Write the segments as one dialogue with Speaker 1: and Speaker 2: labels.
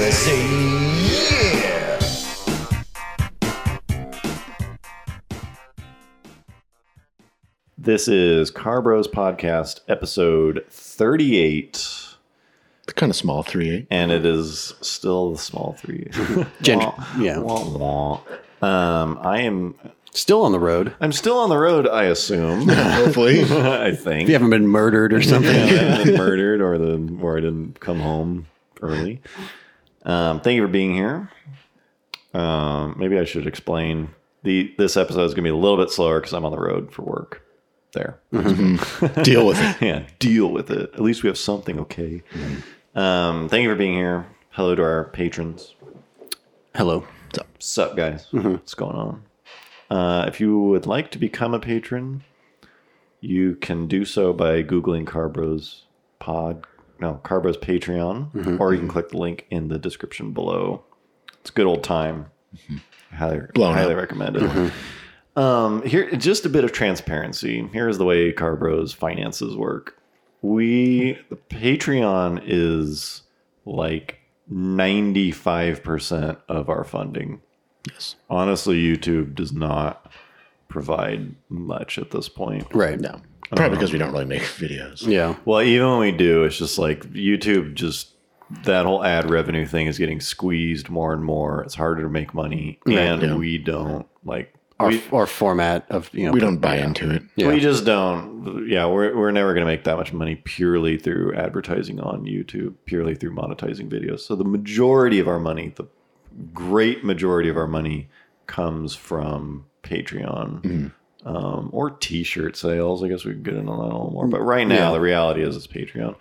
Speaker 1: USA. Yeah!
Speaker 2: This is Car Bros Podcast, episode 38.
Speaker 3: It's kind of small, three eight.
Speaker 2: and it is still the small three.
Speaker 4: Gender-
Speaker 2: Wah,
Speaker 4: yeah.
Speaker 2: wah, wah. Um, I am.
Speaker 4: Still on the road.
Speaker 2: I'm still on the road. I assume.
Speaker 3: Hopefully,
Speaker 2: I think.
Speaker 4: If you haven't been murdered or something.
Speaker 2: Yeah, I haven't been murdered, or the or I didn't come home early. Um, thank you for being here. Um, maybe I should explain the this episode is going to be a little bit slower because I'm on the road for work. There.
Speaker 3: deal with it.
Speaker 2: yeah, deal with it. At least we have something okay. Um, thank you for being here. Hello to our patrons.
Speaker 4: Hello.
Speaker 2: Sup, guys? What's going on? Uh, if you would like to become a patron, you can do so by Googling Carbros Pod, no, Carbros Patreon, or you can click the link in the description below. It's good old time. Highly,
Speaker 3: Blown
Speaker 2: highly
Speaker 3: up.
Speaker 2: recommend it. Um, here, just a bit of transparency. Here is the way Carbros finances work. We the Patreon is like ninety five percent of our funding. Yes. Honestly, YouTube does not provide much at this point.
Speaker 4: Right.
Speaker 3: No, probably
Speaker 2: Uh,
Speaker 3: because we don't really make videos.
Speaker 4: Yeah.
Speaker 2: Well, even when we do, it's just like YouTube just that whole ad revenue thing is getting squeezed more and more. It's harder to make money, and
Speaker 3: Yeah.
Speaker 2: we don't like
Speaker 4: Our,
Speaker 2: we,
Speaker 4: our format of, you know,
Speaker 3: We don't buy into it.
Speaker 4: Yeah.
Speaker 2: we just don't. Yeah, we're we're never going to make that much money purely through advertising on YouTube, purely through monetizing videos. So the majority of our money, the great majority of our money, comes from Patreon.
Speaker 4: Mm-hmm.
Speaker 2: Um, or t-shirt sales i guess we could get into that a little more but right now
Speaker 4: Mm, Yeah.
Speaker 2: the reality is it's patreon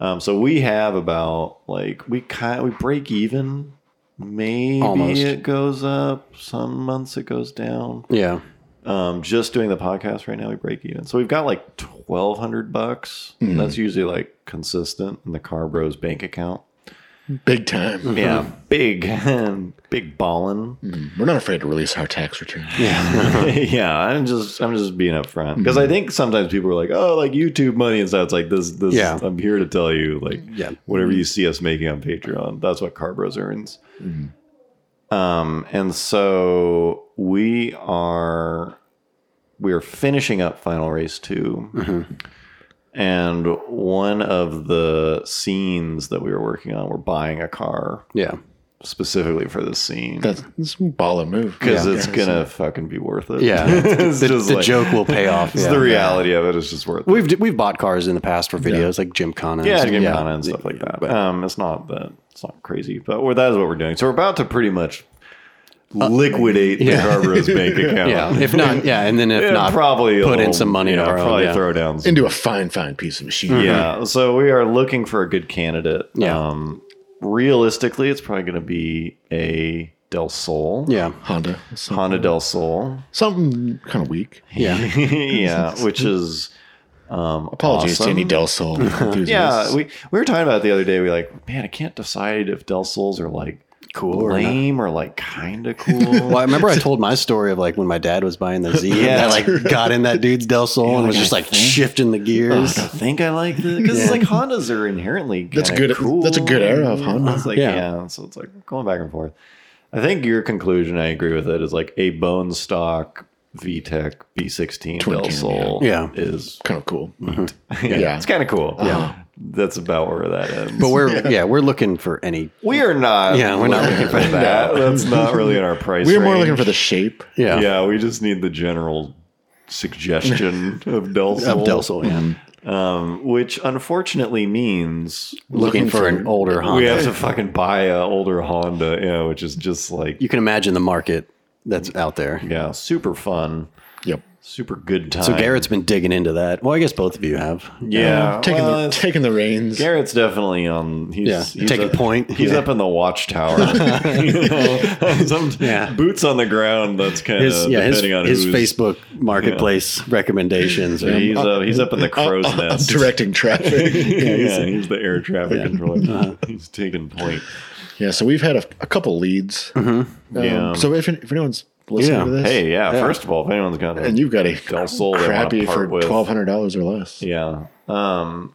Speaker 2: um, so we have about like we kind we break even maybe
Speaker 4: Almost.
Speaker 2: it goes up some months it goes down
Speaker 4: Yeah.
Speaker 2: um, just doing the podcast right now, we break even. So we've got like twelve hundred bucks. That's usually like consistent in the Car Bros bank account.
Speaker 3: Big time.
Speaker 2: Yeah, big and big ballin.
Speaker 3: We're not afraid to release our tax return.
Speaker 2: yeah, I'm just I'm just being upfront because
Speaker 4: Mm-hmm.
Speaker 2: I think sometimes people are like, oh, like YouTube money and stuff. It's like this this.
Speaker 4: Yeah.
Speaker 2: I'm here to tell you, like,
Speaker 4: Yeah. Mm-hmm.
Speaker 2: whatever you see us making on Patreon, that's what Car Bros earns.
Speaker 4: Mm-hmm.
Speaker 2: Um, and so we are we are finishing up Final Race 2
Speaker 4: Mm-hmm.
Speaker 2: and one of the scenes that we were working on, we're buying a car
Speaker 4: Yeah.
Speaker 2: specifically for this scene
Speaker 3: That's, that's a baller move.
Speaker 2: because
Speaker 3: Yeah.
Speaker 2: it's gonna fucking be worth it.
Speaker 4: Yeah.
Speaker 2: it's
Speaker 4: the
Speaker 2: just
Speaker 4: the
Speaker 2: like-
Speaker 4: joke will pay off.
Speaker 2: It's
Speaker 4: yeah.
Speaker 2: the reality of it. It's just worth it.
Speaker 4: We've, we've bought cars in the past for videos like Jim Connor.
Speaker 2: Yeah, Jim Connor and stuff like that. Um, it's not that it's not crazy, but we that is what we're doing. So we're about to pretty much liquidate
Speaker 4: Uh, yeah.
Speaker 2: the Carbros bank account.
Speaker 4: Yeah. If not, yeah. And then if
Speaker 2: And
Speaker 4: not,
Speaker 2: probably a
Speaker 4: put in
Speaker 2: little-
Speaker 4: some money
Speaker 2: yeah,
Speaker 4: to our
Speaker 2: probably
Speaker 4: own. Yeah.
Speaker 2: throw down. Some,
Speaker 3: into a fine, fine piece of machinery.
Speaker 2: yeah, so we are looking for a good candidate.
Speaker 4: Yeah.
Speaker 2: Um, realistically, it's probably going to be a Del Sol.
Speaker 4: yeah.
Speaker 3: Honda. Some-
Speaker 2: Honda Del Sol.
Speaker 3: Something kind of weak.
Speaker 4: Yeah.
Speaker 2: yeah, which is
Speaker 3: Apologies
Speaker 2: Awesome.
Speaker 3: to any Del Sol enthusiasts.
Speaker 2: Yeah, we, we were talking about it the other day. We like, man, I can't decide if Del Souls are like
Speaker 4: Cool or not.
Speaker 2: lame, or, like kind of cool.
Speaker 4: Well, I remember I told my story of like when my dad was buying the Z.
Speaker 2: Yeah.
Speaker 4: And I like got in that dude's Del Sol and was
Speaker 2: like,
Speaker 4: just
Speaker 2: I
Speaker 4: like shifting the gears.
Speaker 2: I think I like this because like Hondas are inherently
Speaker 3: That's
Speaker 2: kinda
Speaker 3: good-
Speaker 2: Cool.
Speaker 3: that's a good era of Honda.
Speaker 2: It's like, yeah.
Speaker 4: Yeah.
Speaker 2: so it's like going back and forth. I think your conclusion, I agree with it, is like a bone stock VTEC B16
Speaker 3: Twin
Speaker 2: Del
Speaker 3: cam,
Speaker 2: Sol
Speaker 4: yeah.
Speaker 2: is
Speaker 3: Kind of cool.
Speaker 2: yeah,
Speaker 3: Yeah.
Speaker 2: it's kind of cool.
Speaker 3: Yeah.
Speaker 2: that's about where that ends.
Speaker 4: But we're yeah. we're looking for any
Speaker 2: we are not.
Speaker 4: Yeah, we're not looking for
Speaker 2: that. That's not really in our price.
Speaker 3: We were more
Speaker 2: range.
Speaker 3: looking for the shape.
Speaker 4: yeah,
Speaker 2: Yeah, we just need the general suggestion of Del Sol.
Speaker 4: of Del Sol. Yeah,
Speaker 2: Um, which unfortunately means
Speaker 4: looking, for, an older Honda.
Speaker 2: we have to fucking buy an older Honda, yeah, which is just like
Speaker 4: you can imagine the market that's out there.
Speaker 2: yeah, super fun,
Speaker 3: Yep.
Speaker 2: super good time.
Speaker 4: So Garrett's been digging into that. Well, I guess both of you have.
Speaker 2: yeah,
Speaker 3: Taking
Speaker 2: well,
Speaker 3: the
Speaker 2: it's-
Speaker 3: taking the reins.
Speaker 2: Garrett's definitely on. He's,
Speaker 4: Yeah,
Speaker 2: he's
Speaker 4: taking
Speaker 2: up-
Speaker 4: point.
Speaker 2: He's
Speaker 4: Yeah.
Speaker 2: up in the watchtower. you know? Some-
Speaker 4: Yeah.
Speaker 2: boots on the ground. That's kind
Speaker 4: His
Speaker 2: of
Speaker 4: yeah, his,
Speaker 2: Uh, depending on
Speaker 4: his
Speaker 2: who's-
Speaker 4: Facebook Marketplace recommendations. are-
Speaker 2: He's uh, he's up in the crow's
Speaker 3: Uh, uh,
Speaker 2: nest.
Speaker 3: directing traffic.
Speaker 2: yeah, he's, the air traffic controller.
Speaker 3: Uh-huh.
Speaker 2: He's taking point.
Speaker 3: yeah, so we've had a, a couple leads. Um,
Speaker 2: Yeah.
Speaker 3: So if, if anyone's listening
Speaker 4: Yeah.
Speaker 3: to this,
Speaker 2: Hey, Mm-hmm. yeah, First of all, if anyone's got
Speaker 3: and
Speaker 2: a
Speaker 3: you've got a
Speaker 2: Del Sol they wanna
Speaker 3: crappy
Speaker 2: part
Speaker 3: for
Speaker 2: with.
Speaker 3: twelve hundred dollars or less.
Speaker 2: yeah, um,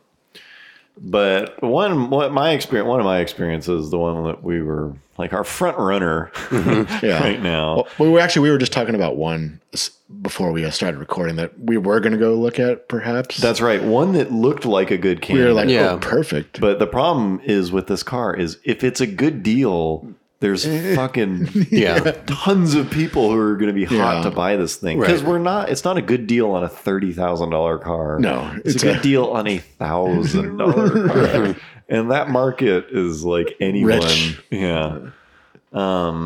Speaker 2: But one, what my experience, one of my experiences, the one that we were like our front runner
Speaker 3: Yeah.
Speaker 2: right now.
Speaker 3: Mm-hmm. Well, we were actually we were just talking about one s- before we uh, started recording that we were going to go look at perhaps.
Speaker 2: That's right, one that looked like a good
Speaker 3: we
Speaker 2: candidate.
Speaker 3: were like,
Speaker 4: Yeah.
Speaker 3: oh, perfect.
Speaker 2: but the problem is with this car is if it's a good deal, there's fucking
Speaker 4: Yeah.
Speaker 2: tons of people who are going to be hot
Speaker 3: Yeah.
Speaker 2: to buy this thing
Speaker 4: Right.
Speaker 2: because we're not. It's not a good deal on a thirty thousand dollar car.
Speaker 3: No,
Speaker 2: it's,
Speaker 3: it's
Speaker 2: a good
Speaker 3: a-
Speaker 2: deal on a thousand dollar car, and that market is like anyone.
Speaker 3: Rich.
Speaker 2: Yeah. Um.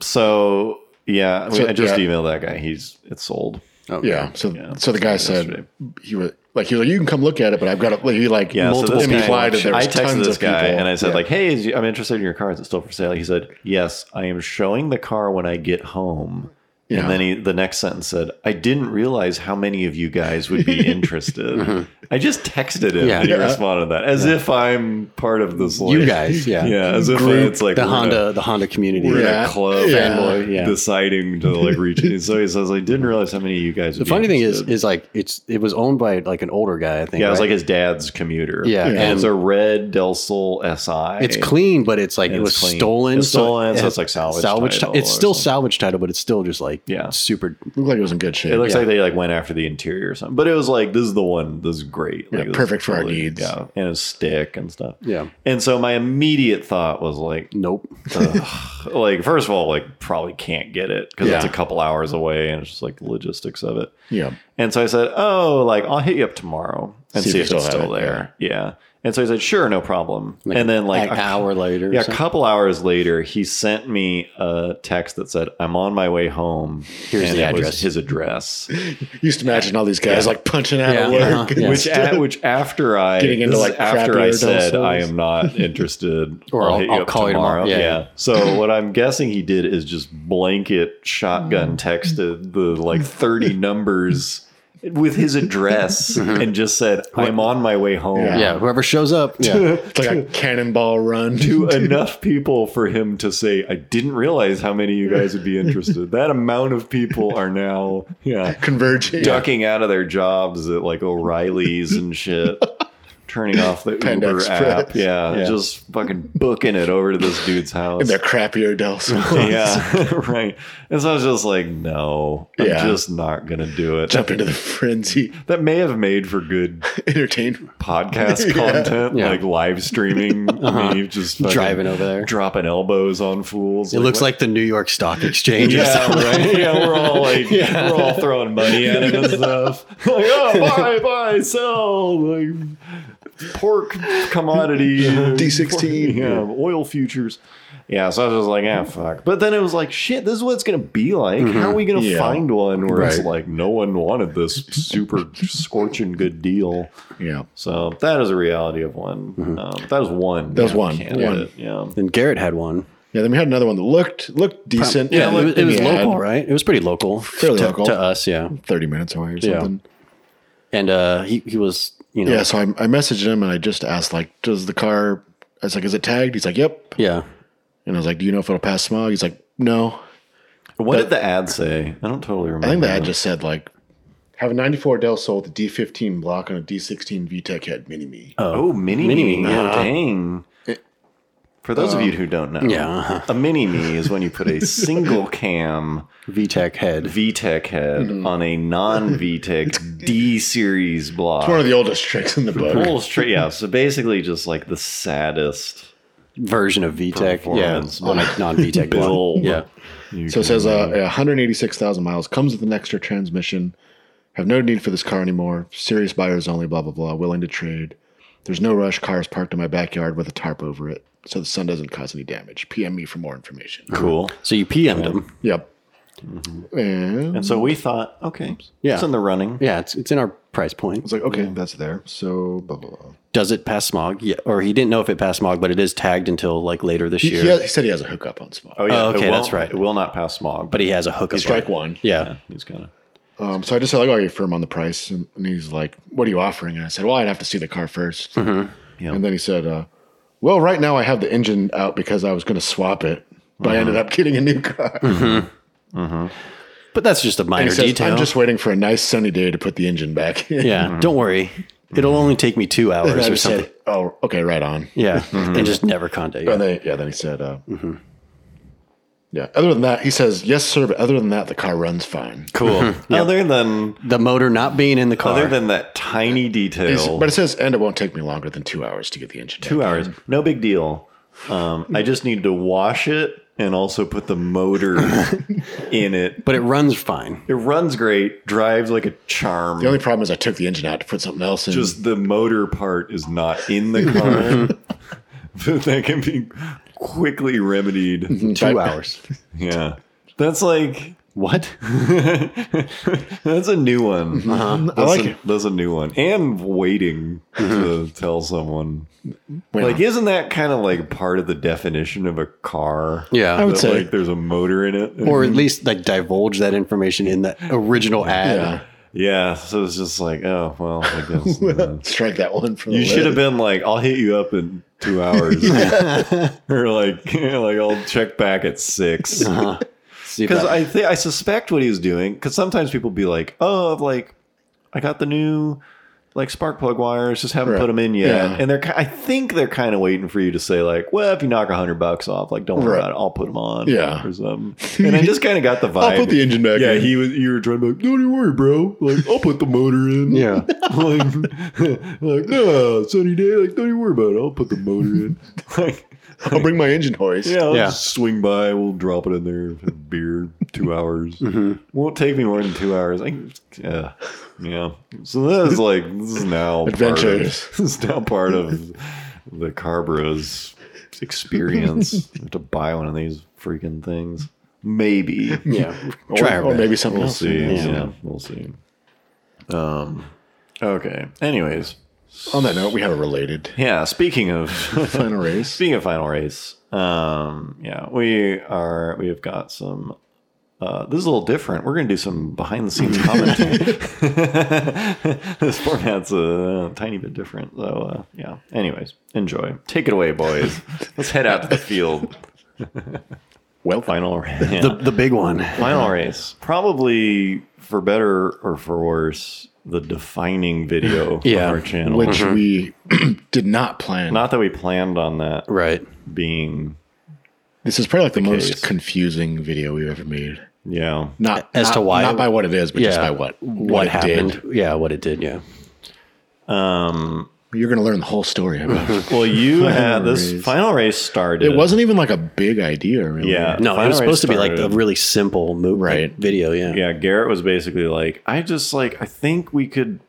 Speaker 2: So yeah, we-
Speaker 3: So,
Speaker 2: I just
Speaker 3: yeah.
Speaker 2: emailed that guy. He's it's sold.
Speaker 4: Okay.
Speaker 3: yeah. So
Speaker 2: Yeah.
Speaker 3: so the guy said
Speaker 2: Yesterday.
Speaker 3: he was like he was like you can come look at it, but I've got to like, he like
Speaker 2: Yeah,
Speaker 3: multiple
Speaker 2: so this guy,
Speaker 3: implied that there
Speaker 2: I
Speaker 3: was
Speaker 2: texted
Speaker 3: tons
Speaker 2: this
Speaker 3: of people.
Speaker 2: guy and I said
Speaker 3: Yeah.
Speaker 2: like, "Hey, is you, I'm interested in your car. Is it still for sale?" He said, "Yes, I am showing the car when I get home."
Speaker 3: Yeah.
Speaker 2: And then he, the next sentence said, "I didn't realize how many of you guys would be interested." I just texted him,
Speaker 4: Yeah.
Speaker 2: and he
Speaker 3: Yeah.
Speaker 2: responded that as if I'm part of this. Like,
Speaker 4: You guys, yeah.
Speaker 2: yeah, as if
Speaker 3: Group,
Speaker 2: it's like
Speaker 4: The
Speaker 2: we're in a-
Speaker 4: Honda, the Honda community.
Speaker 2: we're in
Speaker 3: Yeah.
Speaker 2: a club,
Speaker 3: Yeah.
Speaker 2: fanboy,
Speaker 4: Yeah.
Speaker 2: deciding to like reach. And so he says, "I didn't realize how many of you guys."
Speaker 4: The
Speaker 2: would be
Speaker 4: funny thing is,
Speaker 2: interested."
Speaker 4: is like it's it was owned by like an older guy. I think.
Speaker 2: yeah, it was
Speaker 4: right?
Speaker 2: like his dad's commuter.
Speaker 4: Yeah,
Speaker 2: and
Speaker 4: and-
Speaker 2: it's a red Del Sol SI.
Speaker 4: it's clean, but it's like
Speaker 2: And
Speaker 4: it was
Speaker 2: it's clean.
Speaker 4: stolen.
Speaker 2: It's stolen,
Speaker 4: it
Speaker 2: so
Speaker 4: had
Speaker 2: it's like salvage
Speaker 4: Salvage.
Speaker 2: title
Speaker 4: ti- it's
Speaker 2: or
Speaker 4: still
Speaker 2: something.
Speaker 4: salvage title, but it's still just like
Speaker 2: Yeah.
Speaker 4: super.
Speaker 3: looked like it was in good shape.
Speaker 2: It looks
Speaker 4: Yeah.
Speaker 2: like they like went after the interior or something. But it was like this is the one. This is great.
Speaker 3: Yeah,
Speaker 2: Like, this
Speaker 3: perfect
Speaker 2: is
Speaker 3: for our
Speaker 2: totally-
Speaker 3: needs.
Speaker 2: Yeah, and a stick and stuff.
Speaker 4: Yeah.
Speaker 2: And so my immediate thought was like,
Speaker 4: Nope.
Speaker 2: ugh. like first of all, like probably can't get it because it's a
Speaker 4: Yeah.
Speaker 2: couple hours away, and it's just like the logistics of it.
Speaker 3: yeah.
Speaker 2: And so I said, oh, like I'll hit you up tomorrow and see,
Speaker 3: See
Speaker 2: if
Speaker 3: if you
Speaker 2: it's
Speaker 3: still have
Speaker 2: still
Speaker 3: it,
Speaker 2: there. Yeah. And so he said, sure, no problem.
Speaker 4: Like
Speaker 2: and then like
Speaker 4: an
Speaker 2: a-
Speaker 4: hour later. or
Speaker 2: Yeah, a
Speaker 4: something.
Speaker 2: couple hours later, he sent me a text that said, "I'm on my way home."
Speaker 4: Here's
Speaker 2: and
Speaker 4: the
Speaker 2: it was
Speaker 4: address.
Speaker 2: his address,
Speaker 3: Used to imagine all these guys
Speaker 2: Yeah.
Speaker 3: like punching out
Speaker 4: Yeah.
Speaker 3: of work.
Speaker 4: Uh-huh.
Speaker 3: and
Speaker 4: Yeah.
Speaker 2: which
Speaker 3: stuff.
Speaker 2: a, which after I
Speaker 3: Getting into,
Speaker 2: this is
Speaker 3: like,
Speaker 2: after
Speaker 3: crappier
Speaker 2: I
Speaker 3: Del
Speaker 2: said
Speaker 3: Sols.
Speaker 2: I am not interested,
Speaker 4: Or I'll-
Speaker 2: hit
Speaker 4: I'll
Speaker 2: up
Speaker 4: call you tomorrow. Yeah, yeah.
Speaker 2: So what I'm guessing he did is just blanket shotgun texted the like 30 numbers with his address and just said, "I'm on my way home."
Speaker 3: Yeah.
Speaker 4: Yeah, whoever shows up. Yeah.
Speaker 3: it's like a cannonball run.
Speaker 2: to enough people for him to say, I didn't realize how many of you guys would be interested. that amount of people are now yeah,
Speaker 3: converging.
Speaker 2: ducking out of their jobs at like O'Reilly's and shit. Turning off the
Speaker 3: Panda
Speaker 2: Uber
Speaker 3: Express.
Speaker 2: app, yeah,
Speaker 3: Yeah.
Speaker 2: just fucking booking it over to this dude's house.
Speaker 3: in their crappier Del Sol.
Speaker 2: yeah, right. And so I was just like, no, I'm
Speaker 3: Yeah.
Speaker 2: just not gonna do it.
Speaker 3: Jump into the frenzy
Speaker 2: That may have made for good
Speaker 3: entertainment.
Speaker 2: podcast content,
Speaker 4: Yeah.
Speaker 2: like live streaming. I mean, you've just fucking
Speaker 4: Driving over there.
Speaker 2: dropping elbows on fools.
Speaker 4: It looks like the New York Stock Exchange. or
Speaker 2: yeah,
Speaker 4: something.
Speaker 2: right. Yeah, we're all like, we're all throwing money at him and stuff. Like, oh, buy, buy, sell, like pork commodity,
Speaker 3: D16.
Speaker 2: yeah, oil futures. Yeah, so I was just like, ah, fuck. But then it was like, shit, this is what it's gonna be like. How are we gonna
Speaker 3: Mm-hmm. Yeah.
Speaker 2: find one where it's
Speaker 4: Right.
Speaker 2: like no one wanted this super scorching good deal?
Speaker 3: Yeah.
Speaker 2: So that is a reality of one. Um, that was one.
Speaker 3: Mm-hmm. That was one.
Speaker 2: candidate, Yeah.
Speaker 4: And Garrett had one.
Speaker 3: Yeah. Then we had another one that looked looked decent.
Speaker 4: Yeah, it
Speaker 3: looked-
Speaker 4: was, it
Speaker 3: in
Speaker 4: was
Speaker 3: the ad,
Speaker 4: local, right? It was pretty local,
Speaker 3: Fairly
Speaker 4: to,
Speaker 3: local.
Speaker 4: to us. Yeah,
Speaker 3: Thirty minutes away or
Speaker 4: Yeah.
Speaker 3: something.
Speaker 4: and uh, he he was you know
Speaker 3: Yeah. so I, I messaged him and I just asked like, does the car? I was like, is it tagged? He's like, yep.
Speaker 4: yeah.
Speaker 3: And I was like, do you know if it'll pass smog? He's like, no.
Speaker 2: What did the ad say? I don't totally remember.
Speaker 3: I
Speaker 4: Oh,
Speaker 3: think the ad just said like, have a '94 Del Sol with a D15 block on a D16 VTEC head mini me.
Speaker 2: Oh, mini me.
Speaker 4: Mini me,
Speaker 2: Yeah, dang. For those of you who don't know,
Speaker 4: Yeah, uh-huh.
Speaker 2: a mini me is when you put a single cam
Speaker 4: VTech head.
Speaker 2: VTEC head on a non VTEC D series block.
Speaker 3: One of the oldest tricks in the book.
Speaker 2: Full straight, yeah. So basically, just like the saddest
Speaker 4: version of VTech.
Speaker 2: Performance.
Speaker 4: Yeah, on a non VTech
Speaker 2: build.
Speaker 4: one. Yeah,
Speaker 2: you
Speaker 3: So it
Speaker 2: can-
Speaker 3: says uh, 186,000 miles comes with an extra transmission. Have no need for this car anymore. Serious buyers only. Blah blah blah. Willing to trade. There's no rush. Cars parked in my backyard with a tarp over it, so the sun doesn't cause any damage. PM me for more information.
Speaker 2: cool.
Speaker 4: so you PM'd him.
Speaker 3: Yep. And I
Speaker 2: And so we thought, okay,
Speaker 4: Yeah.
Speaker 2: it's in the running.
Speaker 4: Yeah, it's it's in our price point.
Speaker 3: was like, okay, that's there. So blah blah blah.
Speaker 4: Does it pass smog? Yeah, or he didn't know if it passed smog, but it is tagged until like later this
Speaker 3: He,
Speaker 4: year.
Speaker 3: he has- he said he has a hookup on smog.
Speaker 2: Oh, yeah.
Speaker 4: Oh, okay,
Speaker 2: it will-
Speaker 4: that's right.
Speaker 2: It will not pass smog,
Speaker 4: but he has a hookup.
Speaker 3: Strike
Speaker 4: line.
Speaker 3: one.
Speaker 4: Yeah,
Speaker 2: he's kind of.
Speaker 3: Um, so I just said, like, oh, you're firm on the price. And, and he's like, what are you offering? And I said, well, I'd have to see the car 1st
Speaker 2: Mm-hmm.
Speaker 3: And then he said, uh, well, right now I have the engine out because I was going to swap it, but
Speaker 2: Mm-hmm.
Speaker 3: I ended up getting a new car.
Speaker 4: but that's just a
Speaker 3: And
Speaker 4: minor
Speaker 3: he says,
Speaker 4: detail.
Speaker 3: I'm just Mm-hmm. waiting for a nice sunny day to put the engine back in.
Speaker 4: yeah, don't worry. It'll only take me two
Speaker 3: And I
Speaker 4: hours or
Speaker 3: just
Speaker 4: something.
Speaker 3: said, Oh, okay, right on.
Speaker 4: Yeah, and just never contact you.
Speaker 3: And they, yeah, then he said, uh,
Speaker 2: Mm-hmm.
Speaker 3: yeah. Other than that, he says, yes, sir. But other than that, the car runs fine.
Speaker 2: Cool. Other than
Speaker 4: The motor not being in the car.
Speaker 2: other than that tiny
Speaker 3: He's-
Speaker 2: detail,
Speaker 3: But it says, and it won't take me longer than two hours to get the engine.
Speaker 2: two hours, no big deal. Um, I just need to wash it and also put the motor in it.
Speaker 4: but it runs fine.
Speaker 2: It runs great, drives like a charm.
Speaker 3: The only problem is I took the engine out to put something else in.
Speaker 2: just the motor part is not in the car. But that can be quickly
Speaker 3: Mm-hmm.
Speaker 2: remedied.
Speaker 4: Two hours.
Speaker 2: Yeah. That's like
Speaker 4: What?
Speaker 2: that's a new one. That's,
Speaker 3: Mm-hmm. Uh-huh. I like
Speaker 2: a,
Speaker 3: it. Mm-hmm.
Speaker 2: that's a new one. And waiting to tell someone.
Speaker 3: Wait,
Speaker 2: Like, isn't that kind of like part of the definition of a car?
Speaker 4: Yeah. I
Speaker 3: would
Speaker 2: That,
Speaker 3: say.
Speaker 2: like there's a motor in it.
Speaker 4: Or at least like divulge that information in the original ad.
Speaker 3: yeah,
Speaker 2: yeah, so it's just like, oh well, I guess. uh,
Speaker 3: strike that one from.
Speaker 2: You
Speaker 3: the
Speaker 2: should have
Speaker 3: list.
Speaker 2: been like, I'll hit you up in two hours, or like, like I'll check back at six.
Speaker 3: Uh-huh.
Speaker 4: See if
Speaker 2: Because
Speaker 4: that-
Speaker 2: I think I suspect what he was doing. Because sometimes people be like, "Oh, like I got the new like spark plug wires, just haven't
Speaker 3: Right.
Speaker 2: put them in yet."
Speaker 3: Yeah.
Speaker 2: And they're, ki- I think they're kind of waiting for you to say like, "Well, if you knock a hundred bucks off, like don't worry
Speaker 3: Right.
Speaker 2: about it, I'll put them on."
Speaker 3: Yeah.
Speaker 2: or something. And I just kind of got the vibe.
Speaker 3: I'll put the engine back.
Speaker 2: yeah,
Speaker 3: in.
Speaker 2: he was. You were trying to be like, "Don't you worry, bro. Like, I'll put the motor in."
Speaker 4: yeah.
Speaker 2: like, like no, sunny day. Like, don't you worry about it. I'll put the motor in. Like,
Speaker 3: I'll bring my engine hoist.
Speaker 2: yeah, I'll
Speaker 4: Yeah.
Speaker 2: just swing by. We'll drop it in there. Have a beer. Two hours. Won't take me more than two hours. I, yeah, yeah. So that is like this is now
Speaker 3: Adventures.
Speaker 2: Part of, this is now part of the Carbros experience. I have to buy one of these freaking things. Maybe.
Speaker 4: Yeah.
Speaker 3: or,
Speaker 4: Try our
Speaker 3: or
Speaker 4: best.
Speaker 3: maybe something
Speaker 2: We'll
Speaker 3: else.
Speaker 2: see. Yeah.
Speaker 4: Yeah.
Speaker 2: we'll see. Um. Okay. Anyways.
Speaker 3: On that note, we have a related
Speaker 2: Yeah, speaking of
Speaker 3: final race.
Speaker 2: speaking of final race, um, yeah, we are we have got some. Uh, this is a little different. We're going to do some behind the scenes commentary. this format's a tiny bit different, so uh, yeah. Anyways, enjoy. Take it away, boys. Let's head out to the field.
Speaker 3: Well,
Speaker 2: Final race.
Speaker 4: The, the big one.
Speaker 2: Final race, probably for better or for worse, the defining video
Speaker 4: Yeah.
Speaker 2: of our channel.
Speaker 3: which we did not plan.
Speaker 2: Not that we planned on that
Speaker 4: Right.
Speaker 2: being,
Speaker 3: this is probably like the, most
Speaker 2: case.
Speaker 3: confusing video we've ever made.
Speaker 2: yeah.
Speaker 3: Not
Speaker 4: As to
Speaker 3: not-
Speaker 4: why-
Speaker 3: not by what it is, but just by
Speaker 4: Yeah.
Speaker 3: what
Speaker 4: What,
Speaker 3: it
Speaker 4: happened.
Speaker 3: did.
Speaker 4: Yeah. What it did. Yeah.
Speaker 3: You're going to learn the whole story. About it.
Speaker 2: Well, you had this
Speaker 3: race.
Speaker 2: final race started.
Speaker 3: it wasn't even like a big idea, really.
Speaker 2: Yeah.
Speaker 4: No,
Speaker 2: Final
Speaker 4: it was supposed to be like a
Speaker 2: started-
Speaker 4: really simple move,
Speaker 3: Right.
Speaker 4: video. Yeah.
Speaker 2: Yeah, Garrett was basically like, I just like, I think we could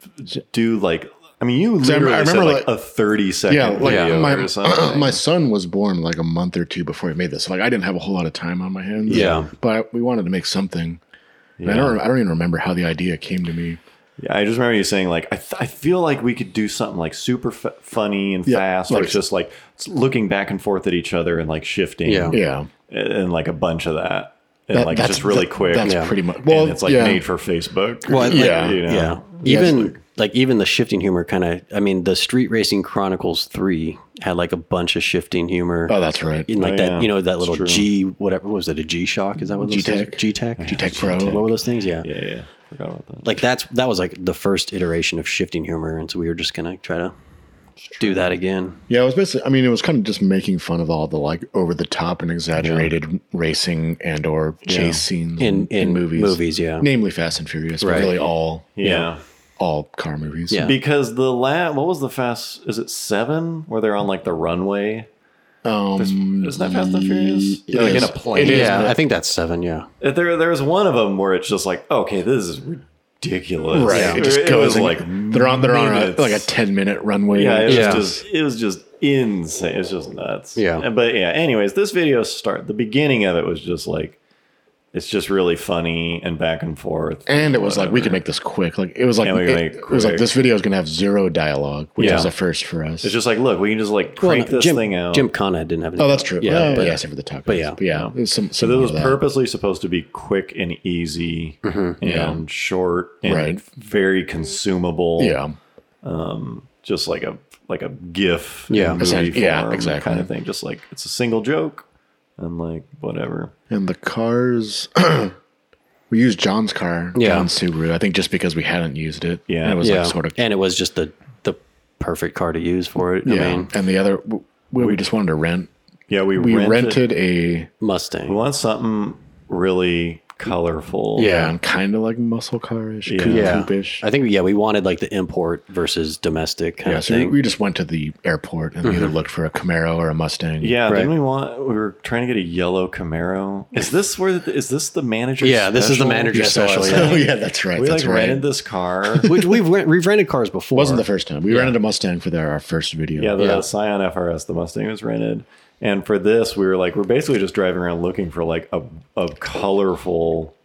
Speaker 2: do like, I mean, you
Speaker 3: I rem-
Speaker 2: literally
Speaker 3: I
Speaker 2: said
Speaker 3: remember,
Speaker 2: like,
Speaker 3: like-
Speaker 2: a thirty second
Speaker 3: Yeah, like
Speaker 2: video
Speaker 3: my
Speaker 2: or something.
Speaker 3: my son was born like a month or two before he made this. So like I didn't have a whole lot of time on my hands.
Speaker 4: Yeah.
Speaker 3: but I- we wanted to make something. And I don't I don't even remember how the idea came to me.
Speaker 2: yeah, I just remember you saying like, I, th- I feel like we could do something like super f- funny and
Speaker 3: Yeah,
Speaker 2: fast,
Speaker 3: like-
Speaker 2: like just like looking back and forth at each other and like shifting,
Speaker 4: Yeah.
Speaker 3: Yeah,
Speaker 2: and, and, like a bunch of that, and
Speaker 3: That-
Speaker 2: like
Speaker 3: that's-
Speaker 2: just really
Speaker 3: that-
Speaker 2: quick.
Speaker 3: That's
Speaker 4: Yeah.
Speaker 3: pretty much
Speaker 2: well,
Speaker 3: well.
Speaker 2: and it's like
Speaker 3: yeah.
Speaker 2: made for Facebook.
Speaker 4: Well, like,
Speaker 3: Yeah.
Speaker 2: you know.
Speaker 4: yeah. Even like even the shifting humor kind of. I mean, the Street Racing Chronicles three had like a bunch of shifting humor.
Speaker 3: Oh, that's right.
Speaker 4: in like
Speaker 2: Oh,
Speaker 4: that,
Speaker 2: yeah.
Speaker 4: you know, that little
Speaker 2: true.
Speaker 4: G, whatever was it, a G Shock? Is that what those
Speaker 3: G-Tech.
Speaker 4: G Tech,
Speaker 3: G-Tech Pro.
Speaker 4: What were those things? Yeah.
Speaker 2: yeah, yeah, forgot about that.
Speaker 4: like that's that was like the first iteration of shifting humor, and so we were just gonna try to do that again.
Speaker 3: Yeah, it was basically. I mean, it was kind of just making fun of all the like over the top and exaggerated racing and or chase scenes
Speaker 4: In- in
Speaker 3: movies,
Speaker 4: movies, yeah.
Speaker 3: namely Fast and Furious, but
Speaker 4: Right.
Speaker 3: really all
Speaker 2: yeah.
Speaker 3: all car movies.
Speaker 4: Yeah.
Speaker 2: Because the la what was the fast? Is it seven where they're on like the runway?
Speaker 3: um,
Speaker 2: Isn't that Fast and Furious?
Speaker 3: it
Speaker 2: like
Speaker 3: is.
Speaker 2: in a plane.
Speaker 3: It is,
Speaker 4: yeah,
Speaker 3: but-
Speaker 4: I think that's seven. Yeah,
Speaker 2: There, there's one of them where it's just like, okay, this is ridiculous.
Speaker 3: right.
Speaker 4: Yeah.
Speaker 3: It just
Speaker 2: it was
Speaker 3: goes and
Speaker 2: like
Speaker 3: they're on they're on a,
Speaker 2: minutes.
Speaker 3: like a ten minute runway.
Speaker 2: Yeah, it was
Speaker 4: Yeah.
Speaker 2: just it was just insane. It's just nuts.
Speaker 4: Yeah.
Speaker 2: And- But yeah, anyways, this video start the beginning of it was just like it's just really funny and back and forth.
Speaker 3: And it was like we could make this quick. Like it was like
Speaker 2: And we
Speaker 3: it,
Speaker 2: could make
Speaker 3: it was like
Speaker 2: quick.
Speaker 3: this video is gonna have zero dialogue, which
Speaker 2: Yeah.
Speaker 3: was a first for us.
Speaker 2: it's just like, look, we can just like crank
Speaker 4: no,
Speaker 2: this
Speaker 4: Jim,
Speaker 2: thing out.
Speaker 4: Jim Conrad didn't have any.
Speaker 3: oh, that's true.
Speaker 4: Yeah,
Speaker 3: Yeah,
Speaker 4: but-
Speaker 3: yeah, except for the tacos.
Speaker 4: but yeah.
Speaker 3: yeah. It was some,
Speaker 2: So this was
Speaker 3: that. Mm-hmm.
Speaker 2: purposely supposed to be quick and easy and
Speaker 3: Yeah.
Speaker 2: short and
Speaker 3: Right.
Speaker 2: very consumable.
Speaker 3: Yeah,
Speaker 2: Just like a like a GIF.
Speaker 4: Yeah.
Speaker 2: in movie
Speaker 3: Essentially, yeah,
Speaker 2: form
Speaker 3: exactly.
Speaker 2: Kind of thing. Just like it's a single joke and like whatever.
Speaker 3: and the cars. we used John's car,
Speaker 4: Yeah.
Speaker 3: John's Subaru. I think just because we hadn't used it.
Speaker 2: Yeah.
Speaker 3: and it was
Speaker 4: yeah,
Speaker 3: like sort of
Speaker 4: and it was just the the perfect car to use for it.
Speaker 3: yeah.
Speaker 4: I mean,
Speaker 3: and the other, w- we, we just wanted to rent.
Speaker 2: Yeah, we,
Speaker 3: We
Speaker 2: rented.
Speaker 3: rented a
Speaker 4: Mustang.
Speaker 2: We want something really colorful.
Speaker 3: yeah, kind of like muscle car-ish,
Speaker 2: Yeah.
Speaker 3: coupe-
Speaker 4: Yeah.
Speaker 3: coupe-ish.
Speaker 4: I think yeah, we wanted like the import versus domestic kind
Speaker 3: Yeah,
Speaker 4: of
Speaker 3: so we-
Speaker 4: thing.
Speaker 3: we just went to the airport and we either looked for a Camaro or a Mustang.
Speaker 2: Mm-hmm. Yeah,
Speaker 4: Right.
Speaker 2: then we want. We were trying to get a yellow Camaro. Is this where? Is this the manager?
Speaker 4: Yeah, this is the manager
Speaker 3: Your
Speaker 4: special.
Speaker 3: special.
Speaker 4: yeah.
Speaker 3: Oh yeah, that's right.
Speaker 2: We
Speaker 3: that's
Speaker 2: like
Speaker 3: right.
Speaker 2: rented this car.
Speaker 4: Which we've rent, we've rented cars before.
Speaker 3: wasn't the first time. We rented a Mustang for their, our first video.
Speaker 2: yeah, the
Speaker 4: Yeah.
Speaker 2: Scion FRS, the Mustang was rented. And for this, we were like, we're basically just driving around looking for like a, a colorful.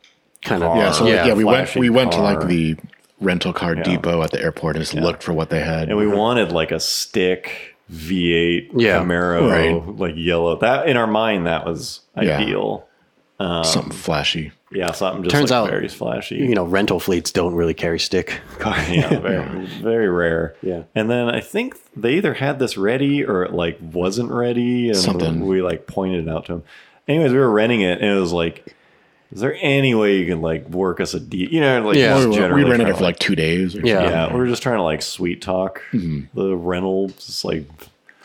Speaker 4: kind of
Speaker 3: yeah. So like, yeah,
Speaker 4: yeah,
Speaker 3: we went
Speaker 2: flashy
Speaker 3: we went to
Speaker 2: car.
Speaker 3: like the rental car depot at the airport and just looked for what they had.
Speaker 2: And we wanted like a stick V8
Speaker 4: Yeah.
Speaker 2: Camaro,
Speaker 3: Right.
Speaker 2: like yellow. That in our mind, that was
Speaker 3: Yeah.
Speaker 2: ideal.
Speaker 3: something flashy.
Speaker 2: Yeah, something um, just
Speaker 4: Turns
Speaker 2: like
Speaker 4: out,
Speaker 2: very flashy.
Speaker 4: you know rental fleets don't really carry stick.
Speaker 2: yeah, very, very rare.
Speaker 4: Yeah.
Speaker 2: And then I think they either had this ready or it like wasn't ready, and
Speaker 3: Something.
Speaker 2: we like pointed it out to them. Anyways, we were renting it, and it was like, is there any way you can like work us a deal? You know, like
Speaker 4: Yeah.
Speaker 2: just
Speaker 3: we, we
Speaker 2: generally
Speaker 3: rented
Speaker 2: trying
Speaker 3: it
Speaker 2: to,
Speaker 3: for like two days. Or
Speaker 4: Yeah.
Speaker 2: yeah,
Speaker 3: something.
Speaker 2: we were just trying to like sweet talk the rental, just like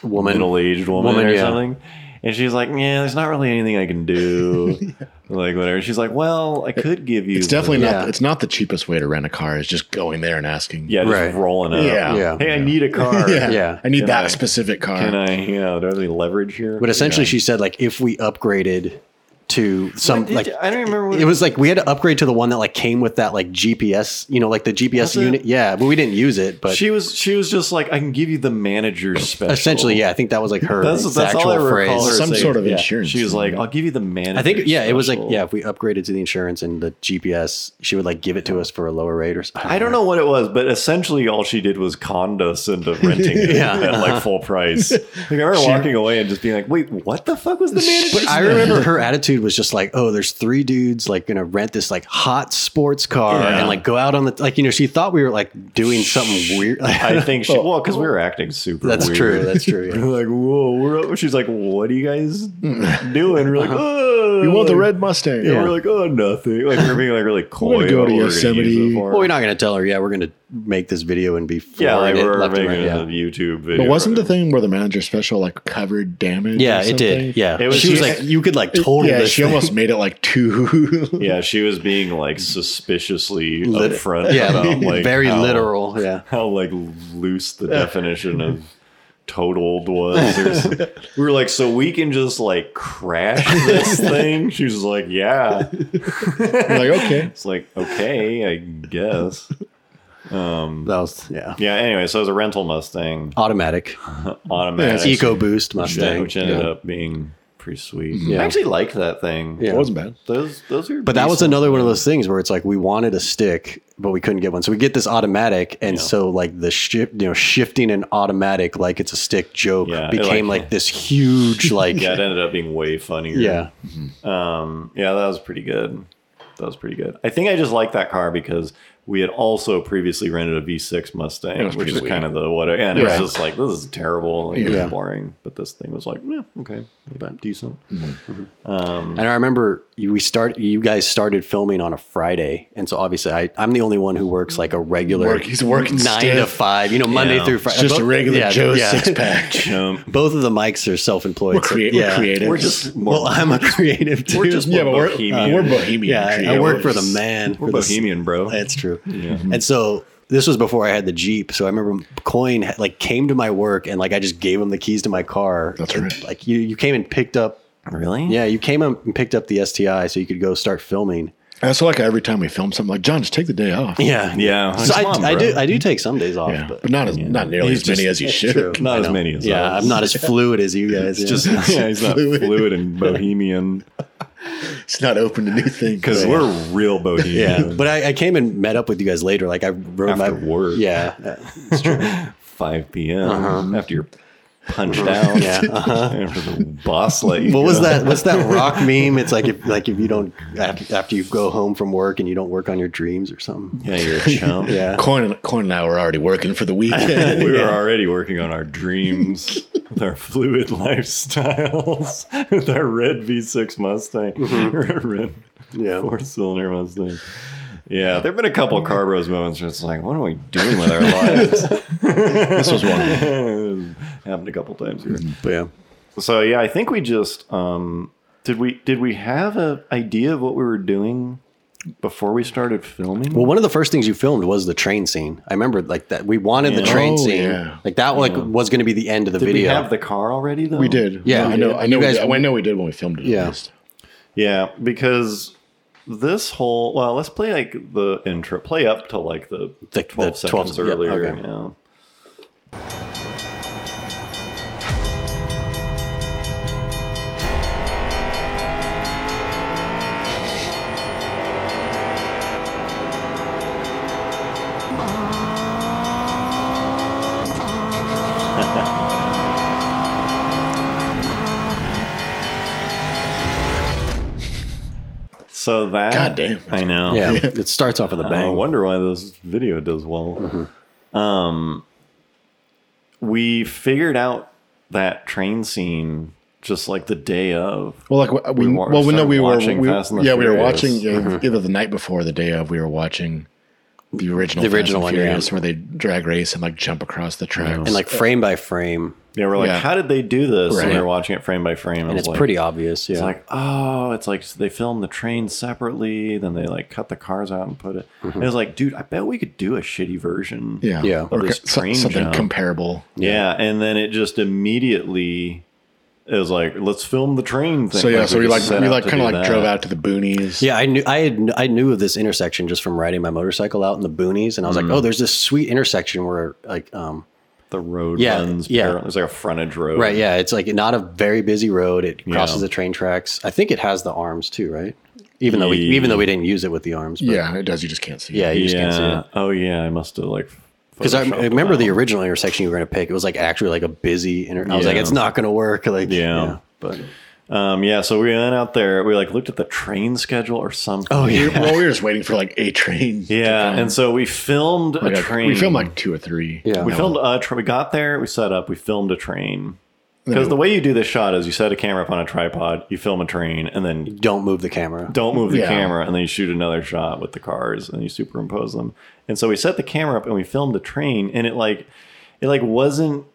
Speaker 4: Woman.
Speaker 2: middle aged woman,
Speaker 4: Woman,
Speaker 2: or
Speaker 4: yeah.
Speaker 2: something. And she's like, yeah, there's not really anything I can do, like whatever. She's like, well, I could give you.
Speaker 3: It's definitely not.
Speaker 4: Yeah.
Speaker 3: It's not the cheapest way to rent a car. Is just going there and asking.
Speaker 2: yeah, just
Speaker 4: Right.
Speaker 2: rolling up.
Speaker 3: Yeah.
Speaker 4: Yeah.
Speaker 2: Hey, I need a car.
Speaker 3: yeah.
Speaker 4: Yeah.
Speaker 3: I need
Speaker 2: Can
Speaker 3: that
Speaker 2: I-
Speaker 3: specific car.
Speaker 2: Can I, you know, do I have any leverage here?
Speaker 4: But essentially, she said like if we upgraded to some
Speaker 2: What did
Speaker 4: like
Speaker 2: you- I don't remember what
Speaker 4: it was like we had to upgrade to the one that like came with that like GPS, you know, like the GPS
Speaker 2: Was it?
Speaker 4: unit. Yeah, but we didn't use it. But
Speaker 2: she was she was just like, I can give you the manager's special.
Speaker 4: essentially, yeah, I think that was like her
Speaker 2: That's, that's all
Speaker 4: actual
Speaker 2: I recall
Speaker 4: phrase.
Speaker 2: her
Speaker 3: Some
Speaker 2: saying.
Speaker 3: sort of insurance
Speaker 2: She was
Speaker 3: thing.
Speaker 2: like, I'll give you the manager.
Speaker 4: I think yeah, it was like yeah, if we upgraded to the insurance and the GPS, she would like give it to us for a lower rate or something.
Speaker 2: I don't know what it was, but essentially all she did was con us into renting it
Speaker 4: Yeah.
Speaker 2: at like full price. Like I remember walking away and just being like, "Wait, what the fuck was the
Speaker 4: But
Speaker 2: manager?"
Speaker 4: I remember her attitude was just like, "Oh, there's three dudes like gonna rent this like hot sports car
Speaker 2: Yeah.
Speaker 4: and like go out on the like you know." She thought we were like doing something weird.
Speaker 2: I think she well because we were acting super.
Speaker 4: that's
Speaker 2: weird.
Speaker 4: true. That's true. yeah.
Speaker 2: We're like, whoa, we're up. She's like, what are you guys doing? We're like, oh,
Speaker 3: Uh-huh. You want the
Speaker 2: like-
Speaker 3: red Mustang?
Speaker 2: Yeah, we're like, oh, nothing. Like we're being like really coy.
Speaker 3: go
Speaker 2: about
Speaker 3: to
Speaker 2: what we're gonna use it
Speaker 3: Yosemite.
Speaker 2: for.
Speaker 4: Well, we're not going to tell her. Yeah, we're going to make this video and be
Speaker 2: yeah, like
Speaker 4: forwarded
Speaker 2: we're
Speaker 4: left and
Speaker 2: making
Speaker 4: right,
Speaker 2: a
Speaker 4: yeah.
Speaker 2: YouTube video.
Speaker 3: But wasn't the thing where the manager special like covered damage? or
Speaker 4: Yeah, it
Speaker 3: something?
Speaker 4: did. Yeah,
Speaker 2: It was-
Speaker 4: she was
Speaker 2: she-
Speaker 4: like, you could like total
Speaker 3: yeah,
Speaker 4: this.
Speaker 3: she
Speaker 4: thing."
Speaker 3: almost made it like two.
Speaker 2: Yeah, she was being like suspiciously
Speaker 4: Lit-
Speaker 2: upfront.
Speaker 4: yeah,
Speaker 2: about, like, oh.
Speaker 4: very
Speaker 2: how-
Speaker 4: literal. Yeah,
Speaker 2: How like loose the definition of totaled was. or something. we were like, so we can just like crash this thing. She was like, yeah.
Speaker 3: I'm like okay,
Speaker 2: It's like okay, I guess.
Speaker 4: that was yeah,
Speaker 2: Yeah. Anyway, so it was a rental Mustang,
Speaker 4: automatic,
Speaker 2: automatic,
Speaker 4: eco boost
Speaker 2: which-
Speaker 4: Mustang,
Speaker 2: which ended
Speaker 4: yeah. Mhm.
Speaker 2: up being pretty sweet.
Speaker 4: Yeah.
Speaker 2: I actually liked that thing.
Speaker 4: Yeah.
Speaker 3: it wasn't bad.
Speaker 2: Those those are.
Speaker 4: But that was
Speaker 2: decent.
Speaker 4: another one of those things where it's like we wanted a stick, but we couldn't get one. So we get this automatic, and
Speaker 2: Yeah.
Speaker 4: so like the shift, you know, shifting an automatic like it's a stick joke
Speaker 2: Yeah, it,
Speaker 4: became
Speaker 2: like-
Speaker 4: like, this huge like
Speaker 2: Yeah,
Speaker 4: yeah.
Speaker 2: it ended up being way funnier. Um. Yeah, that was pretty good. That was pretty good. I think I just liked that car because we had also previously rented a V6 Mustang,
Speaker 3: was
Speaker 2: which
Speaker 3: pretty
Speaker 2: was
Speaker 3: sweet.
Speaker 2: kind of the what. And it was
Speaker 3: Yeah.
Speaker 2: just like this is terrible and
Speaker 4: Yeah.
Speaker 2: boring. But this thing was like, yeah, okay, decent.
Speaker 4: Mm-hmm. And I remember you, we start you guys started filming on a Friday, and so obviously I I'm the only one who works like a regular
Speaker 3: Work- he's working
Speaker 4: nine
Speaker 3: stiff.
Speaker 4: to five, you know, Monday
Speaker 2: Yeah.
Speaker 4: through Friday.
Speaker 3: It's just a regular Joe six pack.
Speaker 2: Jump.
Speaker 4: Both of the mics are self employed.
Speaker 3: We're, crea- we're creative.
Speaker 2: We're just more
Speaker 4: Well, I'm a creative too.
Speaker 2: We're just
Speaker 3: yeah,
Speaker 2: more
Speaker 3: but we're uh,
Speaker 2: bohemian.
Speaker 3: we're bohemian.
Speaker 4: yeah, I- I,
Speaker 3: creatives.
Speaker 4: work for the man.
Speaker 2: we're
Speaker 4: for the s-
Speaker 2: bohemian, bro.
Speaker 4: That's true. And so this was before I had the Jeep. So I remember Coin had- like came to my work and like I just gave him the keys to my car.
Speaker 3: That's
Speaker 4: And,
Speaker 3: right.
Speaker 4: Like you, you came and picked up.
Speaker 2: Really?
Speaker 4: Yeah, you came up and picked up the STI so you could go start filming.
Speaker 3: That's like every time we film something, like John, just take the day off.
Speaker 4: Yeah,
Speaker 2: Yeah.
Speaker 4: So I,
Speaker 2: Come on,
Speaker 4: I
Speaker 2: bro.
Speaker 4: do I do take some days off,
Speaker 3: Yeah,
Speaker 4: but
Speaker 3: but not as not nearly
Speaker 2: He's
Speaker 3: as many
Speaker 2: just-
Speaker 3: as you
Speaker 4: it's
Speaker 3: should.
Speaker 4: true.
Speaker 2: Not
Speaker 4: I
Speaker 2: as
Speaker 4: know.
Speaker 2: many as
Speaker 4: yeah.
Speaker 2: us.
Speaker 4: I'm not as fluid as you guys. yeah.
Speaker 2: Just yeah, he's not fluid and bohemian
Speaker 3: It's not open to new things
Speaker 2: because
Speaker 3: but-
Speaker 2: we're real bohemian.
Speaker 4: yeah. But I, I came and met up with you guys later. Like I rode my
Speaker 2: After work.
Speaker 4: Yeah, uh,
Speaker 2: 5 p.m. after you're punched out.
Speaker 4: yeah. Uh-huh.
Speaker 2: After the boss let you
Speaker 4: What
Speaker 2: go.
Speaker 4: was that? What's that rock meme? It's like if like if you don't af- after you go home from work and you don't work on your dreams or something.
Speaker 2: Yeah, you're a chump.
Speaker 4: Yeah.
Speaker 3: Coin, and- Coin and I were already working for the weekend.
Speaker 2: We were already working on our dreams with our fluid lifestyles, with our red V6 Mustang,
Speaker 4: Mm-hmm.
Speaker 2: red
Speaker 4: Yeah.
Speaker 2: four cylinder Mustang. Yeah, there have been a couple Carbros moments where it's like, what are we doing with our lives?
Speaker 3: This was one.
Speaker 2: Happened a couple times here.
Speaker 4: But yeah.
Speaker 2: So yeah, I think we just um, did we did we have a idea of what we were doing before we started filming?
Speaker 4: Well, one of the first things you filmed was the train scene. I remember like that. We wanted the train
Speaker 3: Oh,
Speaker 4: scene.
Speaker 3: yeah.
Speaker 4: Like that like was going to be the end of the
Speaker 2: did we
Speaker 4: video.
Speaker 2: have the car already though?
Speaker 3: We did.
Speaker 4: Yeah,
Speaker 3: I know.
Speaker 4: you
Speaker 3: I know.
Speaker 4: guys-
Speaker 3: we did. I know we did when we filmed it. at
Speaker 4: Yeah.
Speaker 3: least.
Speaker 2: Yeah, because this whole well, let's play like the intro. Play up to like the
Speaker 4: The- the
Speaker 2: twelve
Speaker 4: 12
Speaker 2: seconds
Speaker 4: yeah,
Speaker 2: earlier.
Speaker 4: okay.
Speaker 2: Yeah. So that
Speaker 3: God damn.
Speaker 2: I know.
Speaker 4: yeah. It starts off with a
Speaker 2: I
Speaker 4: bang. Mm-hmm.
Speaker 2: wonder why this video does well. Um, we figured out that train scene just like the day of.
Speaker 3: Well, like
Speaker 2: We
Speaker 3: we, we
Speaker 2: wa-
Speaker 3: well, we know
Speaker 2: started
Speaker 3: we were
Speaker 2: watching
Speaker 3: we,
Speaker 2: Fast and the
Speaker 3: yeah, we were
Speaker 2: Furious. Mm-hmm.
Speaker 3: watching yeah, either the night before or the day of. We were watching the original,
Speaker 4: The
Speaker 3: Fast
Speaker 4: original
Speaker 3: and
Speaker 4: one,
Speaker 3: Furious,
Speaker 4: yeah.
Speaker 3: where they drag race and like jump across the tracks.
Speaker 4: And like frame by frame.
Speaker 2: Yeah, we're like,
Speaker 3: Yeah.
Speaker 2: how did they do this? And we
Speaker 3: Right.
Speaker 2: were watching it frame by frame, it
Speaker 4: And
Speaker 2: was
Speaker 4: it's
Speaker 2: like-
Speaker 4: pretty obvious. Yeah.
Speaker 2: It's like, oh, it's like so they filmed the train separately, then they like cut the cars out and put it.
Speaker 4: Mm-hmm.
Speaker 2: And it was like, dude, I bet we could do a shitty version.
Speaker 3: yeah,
Speaker 4: yeah,
Speaker 3: or
Speaker 2: this
Speaker 3: co- so-
Speaker 2: train
Speaker 3: something
Speaker 2: jump.
Speaker 3: comparable.
Speaker 2: Yeah, and then it just immediately is like, let's film the train thing.
Speaker 3: So yeah, so we
Speaker 2: just
Speaker 3: like
Speaker 2: set
Speaker 3: we
Speaker 2: out
Speaker 3: like
Speaker 2: to
Speaker 3: kind of
Speaker 2: do
Speaker 3: like
Speaker 2: that.
Speaker 3: drove out to the boonies.
Speaker 4: yeah, I knew I had kn- I knew of this intersection just from riding my motorcycle out in the boonies, and I was
Speaker 2: Mm.
Speaker 4: like, "Oh, there's this sweet intersection where like um
Speaker 2: The road
Speaker 4: Yeah,
Speaker 2: runs.
Speaker 4: yeah.
Speaker 2: parallel- It's like a frontage road.
Speaker 4: right yeah, it's like not a very busy road. It crosses
Speaker 2: Yeah.
Speaker 4: the train tracks. I think it has the arms too, right? Even though we even though we didn't use it with the arms, but
Speaker 3: yeah, it does. You just can't see.
Speaker 4: yeah,
Speaker 3: it.
Speaker 4: you just
Speaker 2: yeah.
Speaker 4: can't see it.
Speaker 2: Oh yeah, I must have like
Speaker 4: Because I,
Speaker 2: photoshopped
Speaker 4: I remember
Speaker 2: them
Speaker 4: the
Speaker 2: out.
Speaker 4: original intersection you were going to pick. It was like actually like a busy. Inter- I was like,
Speaker 2: Yeah.
Speaker 4: it's not going to work. Like,
Speaker 2: Yeah.
Speaker 4: but
Speaker 2: Um, yeah, so we went out there. We like looked at the train schedule or something.
Speaker 4: Oh,
Speaker 3: We were- well, we were just waiting for like a train. to
Speaker 2: yeah.
Speaker 3: come.
Speaker 2: And so we filmed
Speaker 3: Like,
Speaker 2: a
Speaker 3: I-
Speaker 2: train.
Speaker 3: We filmed like two or three.
Speaker 4: Yeah.
Speaker 2: we
Speaker 4: No.
Speaker 2: filmed a tra- we got there. We set up. We filmed a train. Because the way you do this shot is you set a camera up on a tripod, you film a train, and then
Speaker 4: don't move the camera.
Speaker 2: don't move the
Speaker 3: Yeah.
Speaker 2: camera, and then you shoot another shot with the cars and you superimpose them. And so we set the camera up and we filmed the train, and it like it like wasn't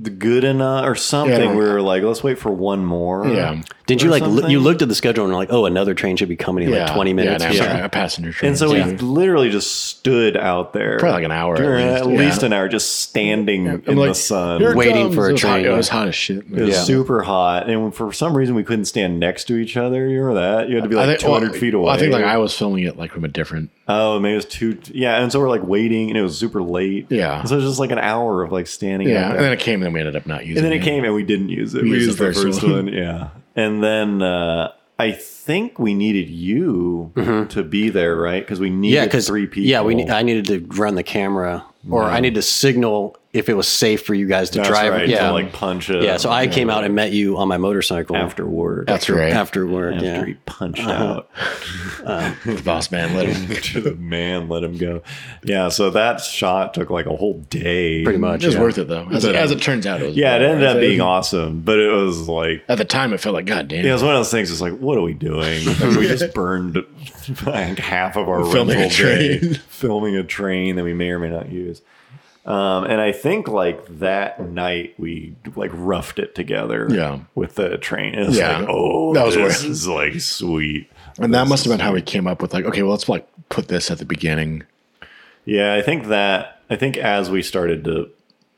Speaker 2: the good enough or something.
Speaker 3: Yeah.
Speaker 2: we were like, let's wait for one more.
Speaker 3: Yeah.
Speaker 4: Didn't
Speaker 2: or
Speaker 4: you like l-
Speaker 2: something.
Speaker 4: you looked at the schedule and were like, oh, another train should be coming in like twenty minutes.
Speaker 3: Yeah,
Speaker 4: Yeah,
Speaker 3: and
Speaker 4: yeah.
Speaker 3: after a passenger train.
Speaker 2: And so
Speaker 3: yeah.
Speaker 2: we literally just stood out there,
Speaker 3: Probably like an hour at
Speaker 2: during-
Speaker 3: least.
Speaker 2: at least,
Speaker 3: Yeah.
Speaker 2: an hour, just standing in
Speaker 3: I'm
Speaker 2: the
Speaker 3: like,
Speaker 2: sun.
Speaker 3: "Here it
Speaker 4: Waiting
Speaker 3: comes."
Speaker 4: for a
Speaker 3: It was hot-
Speaker 4: train,
Speaker 3: It
Speaker 4: yeah.
Speaker 3: was hot as shit.
Speaker 2: It was
Speaker 4: Yeah.
Speaker 2: super hot, and for some reason we couldn't stand next to each other. You remember that? You had to be like two hundred
Speaker 3: well,
Speaker 2: feet away.
Speaker 3: well, I think like I was filming it like from a different.
Speaker 2: oh, maybe it was two. Yeah, and so we're like waiting, and it was super late.
Speaker 3: Yeah.
Speaker 2: And so it was just like an hour of like standing. out
Speaker 3: Yeah,
Speaker 2: there.
Speaker 3: and then it came, and then we ended up not using.
Speaker 2: And then it came and we didn't use it. We, used, the first, one. Yeah. And then uh, I think we needed you
Speaker 3: Mm-hmm.
Speaker 2: to be there, right? Because we needed
Speaker 4: because
Speaker 2: three people.
Speaker 4: Yeah, we ne- I needed to run the camera, or I needed to signal if it was safe for you guys to
Speaker 2: That's
Speaker 4: drive.
Speaker 2: right,
Speaker 4: yeah,
Speaker 2: to like punch it.
Speaker 4: yeah. So I came out and met you on my motorcycle
Speaker 2: afterward.
Speaker 3: That's right.
Speaker 4: after work.
Speaker 2: After
Speaker 4: yeah. Uh-huh.
Speaker 2: he punched out.
Speaker 3: the boss man let him.
Speaker 2: the man let him go. Yeah, so that shot took like a whole day.
Speaker 4: Pretty much.
Speaker 3: It was
Speaker 4: yeah.
Speaker 3: worth it though. As, it, as it turns out, it was.
Speaker 2: Yeah, it ended up
Speaker 3: worth
Speaker 2: being awesome, but it was like
Speaker 3: At the time, it felt like God damn.
Speaker 2: it was one of those things. It's like, what are we doing? Like, we just burned like half of our
Speaker 3: Filming a
Speaker 2: rental day
Speaker 3: train.
Speaker 2: filming a train that we may or may not use. Um, and I think like that night we like roughed it together.
Speaker 3: Yeah.
Speaker 2: with the train. It was
Speaker 3: Yeah.
Speaker 2: like, oh,
Speaker 3: That was
Speaker 2: this
Speaker 3: worth-
Speaker 2: is like sweet.
Speaker 3: and that must have been how we came up with like, okay, well, let's like put this at the beginning.
Speaker 2: Yeah, I think that I think as we started to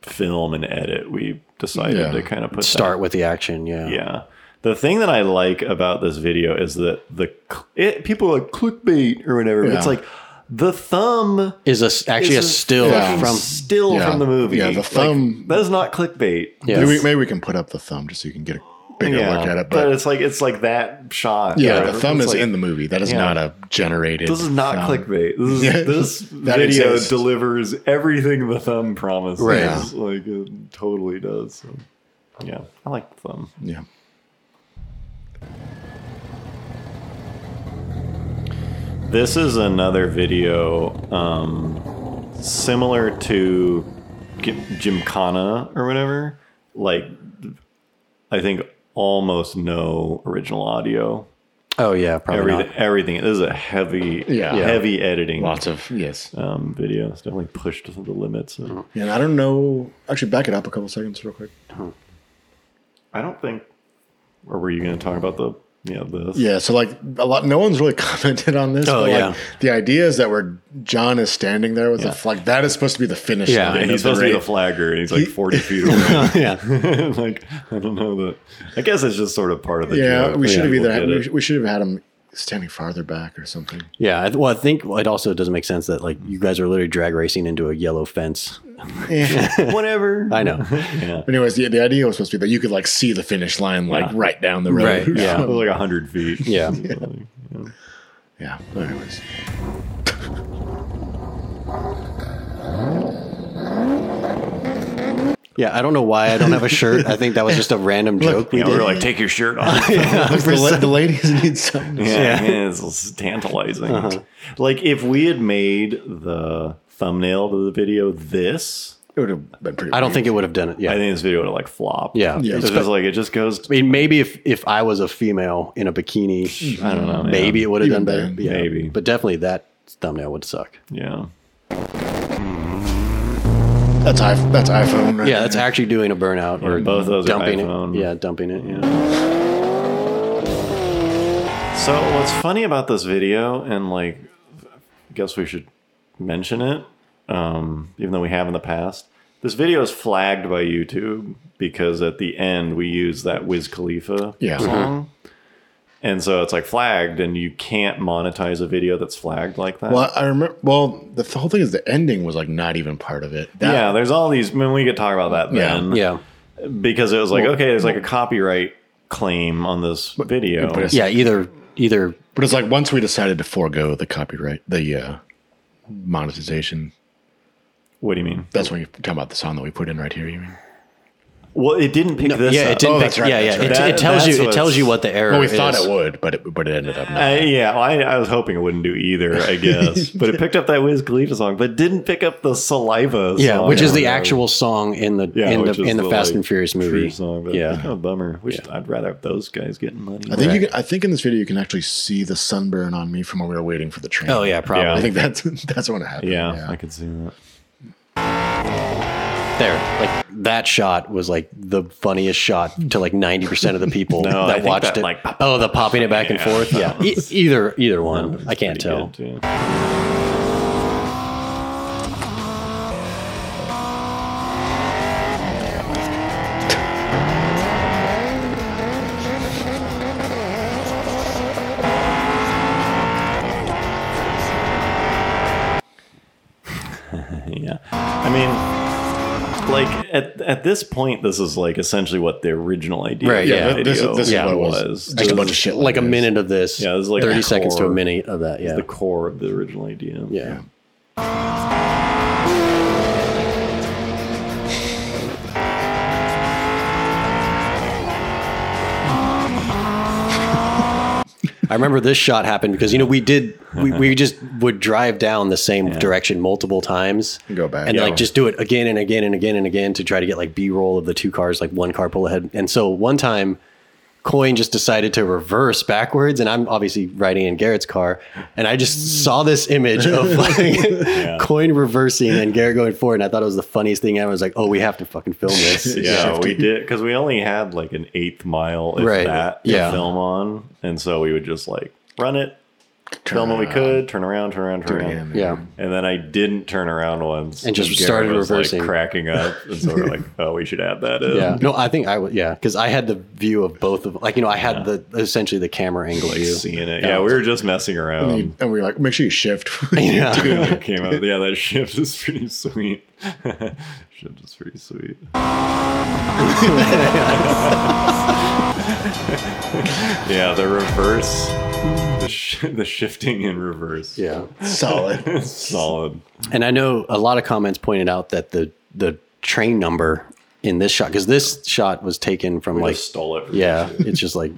Speaker 2: film and edit, we decided
Speaker 3: Yeah.
Speaker 2: to kind of put that
Speaker 4: Start with the action. Yeah.
Speaker 2: Yeah. The thing that I like about this video is that the cl- it, people are like clickbait or whatever. but It's
Speaker 3: Yeah.
Speaker 2: like the thumb
Speaker 4: Is a s- actually
Speaker 2: is
Speaker 4: a still
Speaker 3: Yeah.
Speaker 2: from
Speaker 4: from
Speaker 2: still
Speaker 3: yeah.
Speaker 2: from the movie.
Speaker 3: Yeah, the
Speaker 2: Like,
Speaker 3: thumb-
Speaker 2: that is not clickbait.
Speaker 4: Yeah.
Speaker 3: Maybe, we, maybe we can put up the thumb just so you can get a bigger look at it.
Speaker 2: but,
Speaker 3: But,
Speaker 2: it's like it's like that shot. or
Speaker 3: yeah, the
Speaker 2: whatever.
Speaker 3: thumb
Speaker 2: It's
Speaker 3: is
Speaker 2: like,
Speaker 3: in the movie. That is
Speaker 2: Yeah.
Speaker 3: not a generated.
Speaker 2: This is not
Speaker 3: thumb.
Speaker 2: clickbait. This
Speaker 3: Yeah.
Speaker 2: is, this
Speaker 3: That
Speaker 2: video
Speaker 3: exists.
Speaker 2: delivers everything the thumb promises.
Speaker 4: Right.
Speaker 3: Yeah.
Speaker 2: Like it totally does. So, yeah, I like the thumb.
Speaker 3: Yeah.
Speaker 2: This is another video um, similar to Gym- Gymkhana or whatever. Like, I think almost no original audio.
Speaker 4: Oh yeah, probably
Speaker 2: Every,
Speaker 4: not.
Speaker 2: everything. This is a heavy,
Speaker 3: Yeah. Yeah.
Speaker 2: heavy editing
Speaker 3: Lots of Mm-hmm. yes.
Speaker 2: um, video. It's definitely pushed to the limits. And
Speaker 3: And I don't know. Actually, back it up a couple seconds real quick.
Speaker 2: I don't think. Or were you going to talk about the yeah this?
Speaker 3: Yeah, so like a lot, no one's really commented on this.
Speaker 4: Oh,
Speaker 3: but
Speaker 4: yeah.
Speaker 3: like, the idea is that where John is standing there with the flag, that is supposed to be the finish
Speaker 4: Yeah,
Speaker 3: line.
Speaker 2: Yeah,
Speaker 3: of
Speaker 2: he's supposed to be the
Speaker 3: race.
Speaker 2: flagger, and he's like forty feet away.
Speaker 4: yeah,
Speaker 2: like I don't know that. I guess it's just sort of part of the
Speaker 3: Yeah,
Speaker 2: joke.
Speaker 3: we
Speaker 2: that
Speaker 3: should have
Speaker 2: people
Speaker 3: either had,
Speaker 2: get
Speaker 3: we,
Speaker 2: it.
Speaker 3: should, we should have had him standing farther back or something.
Speaker 4: yeah. I th- Well, I think it also doesn't make sense that like you guys are literally drag racing into a yellow fence.
Speaker 3: Eh.
Speaker 2: whatever.
Speaker 4: I know.
Speaker 2: Yeah,
Speaker 3: Anyways, the, the idea was supposed to be that you could like see the finish line like right down the road.
Speaker 4: Right, yeah.
Speaker 2: It was like hundred feet.
Speaker 4: Yeah.
Speaker 3: Yeah. But anyways.
Speaker 4: Yeah, I don't know why I don't have a shirt. I think that was just a random joke.
Speaker 2: Yeah, we were like, take your shirt off.
Speaker 3: Look, the, la- the ladies need something. to say.
Speaker 2: Yeah, it's tantalizing.
Speaker 4: Uh-huh.
Speaker 2: Like if we had made the thumbnail to the video this,
Speaker 3: It would have been pretty
Speaker 4: I don't think it would have done it.
Speaker 2: I
Speaker 4: Yeah,
Speaker 2: think this video would have like flopped.
Speaker 4: Yeah. Yeah.
Speaker 2: it's just like it just goes.
Speaker 4: I mean, maybe if if I was a female in a bikini,
Speaker 2: I don't know. man.
Speaker 4: maybe it would have
Speaker 3: Even
Speaker 4: done better.
Speaker 3: then,
Speaker 4: yeah,
Speaker 2: maybe.
Speaker 4: but definitely that thumbnail would suck.
Speaker 2: Yeah.
Speaker 3: That's, I, that's iPhone right
Speaker 4: Yeah, that's
Speaker 3: there.
Speaker 4: actually doing a burnout or
Speaker 2: both those are
Speaker 4: dumping
Speaker 2: iPhone.
Speaker 4: it. Yeah, dumping it. Yeah,
Speaker 2: So what's funny about this video, and like, I guess we should mention it, um, even though we have in the past. This video is flagged by YouTube because at the end we use that Wiz Khalifa
Speaker 3: Yeah.
Speaker 4: Mm-hmm.
Speaker 2: song. And so it's like flagged, and you can't monetize a video that's flagged like that.
Speaker 3: Well, I remember. Well, the th- whole thing is the ending was like not even part of it. That-
Speaker 2: yeah, there's all these. I mean, we could talk about that
Speaker 3: Yeah.
Speaker 2: then.
Speaker 4: yeah,
Speaker 2: Because it was like, okay, there's like a copyright claim on this video.
Speaker 3: but it's-
Speaker 4: yeah. Either either
Speaker 3: But it's like once we decided to forego the copyright, the uh, monetization.
Speaker 2: What do you mean?
Speaker 3: That's when you're talking about the song that we put in right here. You mean?
Speaker 2: Well, it didn't pick this
Speaker 4: yeah,
Speaker 2: up.
Speaker 4: it didn't.
Speaker 3: Oh,
Speaker 4: pick-
Speaker 3: that's right,
Speaker 4: yeah, yeah.
Speaker 3: that's right.
Speaker 4: It,
Speaker 2: That-
Speaker 4: it tells
Speaker 2: that's
Speaker 4: you. It
Speaker 2: what's-
Speaker 4: tells you what the error.
Speaker 3: Well, we thought
Speaker 4: is.
Speaker 3: it would, but it but it ended up not.
Speaker 2: Uh, yeah, well, I, I was hoping it wouldn't do either, I guess. but it picked up that Wiz Khalifa song, but it didn't pick up the saliva.
Speaker 4: Yeah,
Speaker 2: song.
Speaker 4: which is the
Speaker 2: Yeah,
Speaker 4: actual song in the in
Speaker 2: which
Speaker 4: the
Speaker 2: is
Speaker 4: in the, Fast
Speaker 2: like,
Speaker 4: and Furious movie.
Speaker 2: true Song, but yeah,
Speaker 4: yeah,
Speaker 2: kind of a bummer. Which I'd rather have those guys getting money.
Speaker 3: I think you can, I think in this video you can actually see the sunburn on me from when we were waiting for the train.
Speaker 4: Oh yeah, probably.
Speaker 3: I think that's that's what happened.
Speaker 2: yeah, I could see that.
Speaker 4: There, like that shot was like the funniest shot to like ninety percent of the people
Speaker 2: No, I
Speaker 4: that
Speaker 2: think
Speaker 4: watched
Speaker 2: that,
Speaker 4: it.
Speaker 2: like, pop-
Speaker 4: oh, the popping it back and
Speaker 2: Yeah.
Speaker 4: forth. Yeah, E- either either one.
Speaker 2: It's
Speaker 4: I can't
Speaker 2: pretty
Speaker 4: tell.
Speaker 2: good, yeah. yeah. I mean, like at at this point, this is like essentially what the original idea,
Speaker 4: Right,
Speaker 2: of the
Speaker 4: yeah.
Speaker 3: Th- this,
Speaker 2: video
Speaker 3: this
Speaker 4: yeah,
Speaker 3: is what it was.
Speaker 2: was.
Speaker 3: Just a
Speaker 4: Like,
Speaker 3: bunch of shit.
Speaker 4: Like a
Speaker 3: this.
Speaker 4: minute of this.
Speaker 2: Yeah, it was like
Speaker 4: thirty
Speaker 2: the
Speaker 4: seconds to a
Speaker 2: core.
Speaker 4: minute of that. Yeah,
Speaker 2: the core of the original idea.
Speaker 4: yeah. I remember this shot happened because you know we did we, we just would drive down the same direction multiple times
Speaker 3: And go back.
Speaker 4: and like
Speaker 3: Yeah.
Speaker 4: just do it again and again and again and again to try to get like B roll of the two cars like one car pull ahead and so one time Coin just decided to reverse backwards, and I'm obviously riding in Garrett's car, and I just saw this image of like Coin reversing and Garrett going forward, and I thought it was the funniest thing ever. I was like, "Oh, we have to fucking film this."
Speaker 2: Yeah, we
Speaker 3: Shifty.
Speaker 2: did because we only had like an eighth mile, if
Speaker 4: Right,
Speaker 2: that, to
Speaker 4: yeah.
Speaker 2: film on, and so we would just like run it, film what we
Speaker 3: around.
Speaker 2: could, turn around, turn around, turn
Speaker 3: Turn
Speaker 2: around,
Speaker 3: around.
Speaker 4: yeah,
Speaker 2: and then I didn't turn around once,
Speaker 4: And just
Speaker 2: Garrett
Speaker 4: started
Speaker 2: was, like,
Speaker 4: reversing.
Speaker 2: cracking up, and so we're like, oh, we should add that in.
Speaker 4: yeah. No, I think I would. Yeah, because I had the view of both of like you know I had the essentially the camera angle
Speaker 2: Like
Speaker 4: view.
Speaker 2: seeing it, yeah. We were just messing around.
Speaker 3: And we were like, make sure you shift.
Speaker 4: Yeah.
Speaker 2: When it came out, yeah. That shift is pretty sweet. shift is pretty sweet. Yeah, the reverse, the, sh- the shifting in reverse.
Speaker 4: yeah.
Speaker 3: Solid.
Speaker 2: solid.
Speaker 4: And I know a lot of comments pointed out that the the train number in this shot because this shot was taken from like
Speaker 2: Just stole it. From
Speaker 4: Yeah, it's just like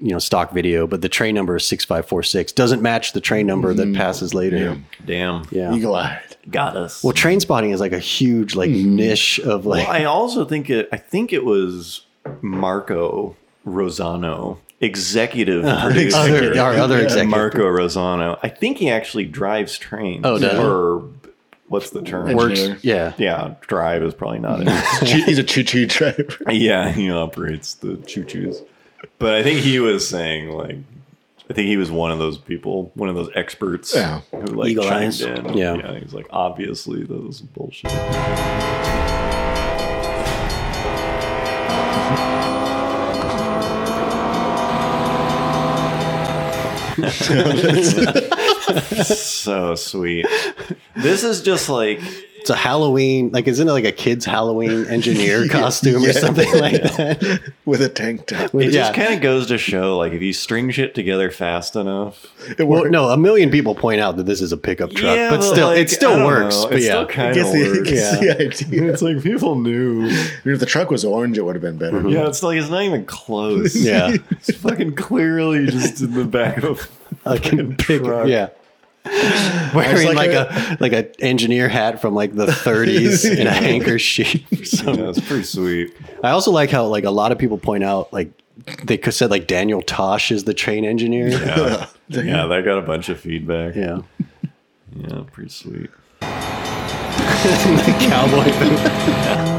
Speaker 4: you know stock video, but the train number is six five four six doesn't match the train number
Speaker 2: Mm-hmm.
Speaker 4: that passes later.
Speaker 2: Damn.
Speaker 4: Yeah.
Speaker 3: Eagle eyed.
Speaker 2: Got us.
Speaker 4: Well, train spotting is like a huge like
Speaker 2: Mm-hmm.
Speaker 4: niche of like
Speaker 2: I also think it. I think it was Marco Rosano executive
Speaker 4: other-
Speaker 2: producer,
Speaker 4: our other executive
Speaker 2: Marco Rosano. I think he actually drives trains.
Speaker 4: Oh, does he?
Speaker 2: or what's the term?
Speaker 3: Works-
Speaker 2: Engineer.
Speaker 4: Yeah.
Speaker 2: Yeah, drive is probably not it.
Speaker 3: Choo- He's a choo choo driver.
Speaker 2: yeah, he operates the choo choos. But I think he was saying like, I think he was one of those people, one of those experts
Speaker 3: Yeah.
Speaker 2: who like
Speaker 4: Eagle
Speaker 2: chimed
Speaker 4: eyes.
Speaker 2: in.
Speaker 4: Yeah.
Speaker 2: yeah, he was like, obviously that was bullshit. so sweet. This is just like
Speaker 4: It's a Halloween, like isn't it like a kid's Halloween engineer costume or something like that?
Speaker 3: with a tank top.
Speaker 2: It just
Speaker 4: yeah.
Speaker 2: kind of goes to show, like, if you string shit together fast enough,
Speaker 3: It
Speaker 4: Well,
Speaker 3: worked.
Speaker 4: no, a million people point out that this is a pickup truck,
Speaker 2: Yeah,
Speaker 4: but still,
Speaker 2: like,
Speaker 4: it
Speaker 2: I
Speaker 4: still
Speaker 2: don't
Speaker 4: works.
Speaker 2: know.
Speaker 4: But
Speaker 2: It's
Speaker 4: yeah,
Speaker 2: still kind
Speaker 3: Gets
Speaker 2: of
Speaker 3: the,
Speaker 2: works.
Speaker 3: gets the idea.
Speaker 2: It's like people knew.
Speaker 3: I mean, if the truck was orange, it would have been better.
Speaker 4: Mm-hmm.
Speaker 2: Yeah, it's like it's not even close.
Speaker 4: yeah,
Speaker 2: it's fucking clearly just in the back of
Speaker 4: I can pick.
Speaker 2: truck.
Speaker 4: Yeah, wearing
Speaker 3: like
Speaker 4: like,
Speaker 3: a-
Speaker 4: a, like a engineer hat from like the 30s and a handkerchief. or
Speaker 2: a.
Speaker 4: something.
Speaker 2: Yeah, it's pretty sweet.
Speaker 4: I also like how like a lot of people point out like they could said like Daniel Tosh is the train engineer. Yeah,
Speaker 2: Yeah, yeah that got a bunch of feedback.
Speaker 4: yeah.
Speaker 2: yeah pretty sweet.
Speaker 4: the cowboy boot.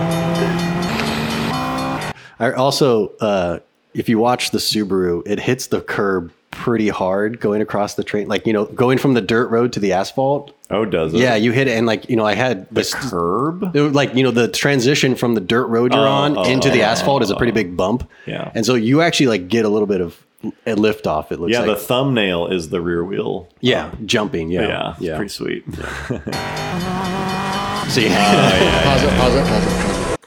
Speaker 4: I also, uh, if you watch the Subaru, it hits the curb pretty hard going across the train, like you know, going from the dirt road to the asphalt.
Speaker 2: Oh, does it?
Speaker 4: Yeah, you hit it, and like you know, I had
Speaker 2: The
Speaker 4: this.
Speaker 2: curb?
Speaker 4: It was like you know the transition from the dirt road you're
Speaker 2: Oh,
Speaker 4: on
Speaker 2: oh,
Speaker 4: into the
Speaker 2: oh,
Speaker 4: asphalt is a pretty big bump.
Speaker 2: Yeah.
Speaker 4: and so you actually like get a little bit of a lift off. It looks
Speaker 2: Yeah,
Speaker 4: like
Speaker 2: the thumbnail is the rear wheel.
Speaker 4: yeah jumping. Yeah,
Speaker 2: Yeah, it's pretty sweet.
Speaker 4: See,
Speaker 3: Pause it, pause it, pause it, pause it.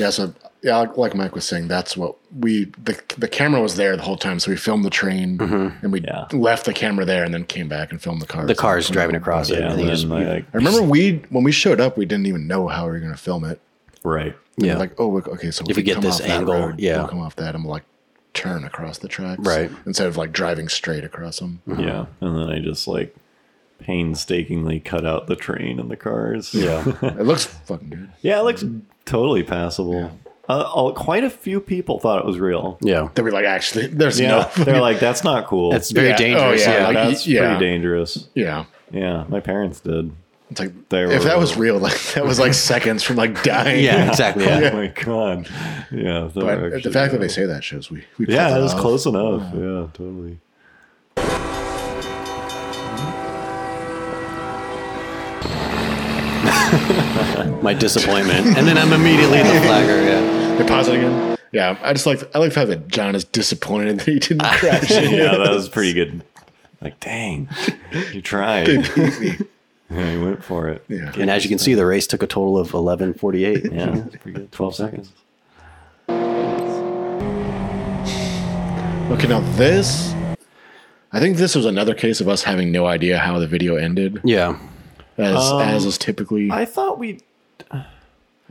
Speaker 3: Yeah, so yeah, like- like Mike was saying, that's what we the the camera was there the whole time, so we filmed the train and we
Speaker 2: Yeah.
Speaker 3: left the camera there and then came back and filmed the cars.
Speaker 4: Mm-hmm. the car's driving across it.
Speaker 2: Yeah,
Speaker 4: and
Speaker 2: and
Speaker 4: you
Speaker 2: then,
Speaker 4: just-
Speaker 2: like,
Speaker 3: I remember we when we showed up, we didn't even know how we were going to film it.
Speaker 2: right.
Speaker 3: And
Speaker 4: Yeah.
Speaker 3: we're like oh, look, okay, so
Speaker 4: If we get
Speaker 3: come
Speaker 4: this
Speaker 3: off that
Speaker 4: angle, yeah.
Speaker 3: we'll come off that and we'll like turn across the tracks,
Speaker 4: Right.
Speaker 3: Instead of like driving straight across them.
Speaker 4: Uh-huh.
Speaker 2: Yeah, and then I just like painstakingly cut out the train and the cars.
Speaker 4: yeah.
Speaker 3: it looks fucking good.
Speaker 2: yeah, it looks totally passable. Uh, oh, quite a few people thought it was real.
Speaker 4: yeah.
Speaker 3: They were like, actually, there's
Speaker 2: Yeah,
Speaker 3: no,
Speaker 2: they're like, "That's not cool.
Speaker 4: That's very
Speaker 3: Yeah. Oh,
Speaker 4: dangerous.
Speaker 3: yeah.
Speaker 4: yeah.
Speaker 2: yeah,
Speaker 3: like,
Speaker 2: that's
Speaker 3: yeah.
Speaker 2: pretty dangerous."
Speaker 3: yeah.
Speaker 2: Yeah, my parents did.
Speaker 3: It's like
Speaker 2: They
Speaker 3: if that
Speaker 2: were-
Speaker 3: was real, like that was like seconds from like dying.
Speaker 4: Yeah, exactly.
Speaker 2: Oh
Speaker 4: Yeah.
Speaker 2: my god. Yeah, they
Speaker 3: But
Speaker 2: were
Speaker 3: the
Speaker 2: actually-
Speaker 3: fact that they say that shows we, we pulled
Speaker 2: Yeah, it was
Speaker 3: off.
Speaker 2: close enough. Yeah, totally.
Speaker 4: My disappointment. and then I'm immediately the flagger. Yeah.
Speaker 3: They pause it again. Yeah, I just like I like the fact that John is disappointed that he didn't crash.
Speaker 2: Yeah, that was pretty good. Like, dang, you tried. yeah, you went for it.
Speaker 3: Yeah.
Speaker 4: And as you can see, the race took a total of 11:48.
Speaker 2: Yeah, it's pretty good. Twelve seconds.
Speaker 3: okay, now this, I think this was another case of us having no idea how the video ended,
Speaker 4: Yeah.
Speaker 3: as as is typically
Speaker 2: Um, I thought we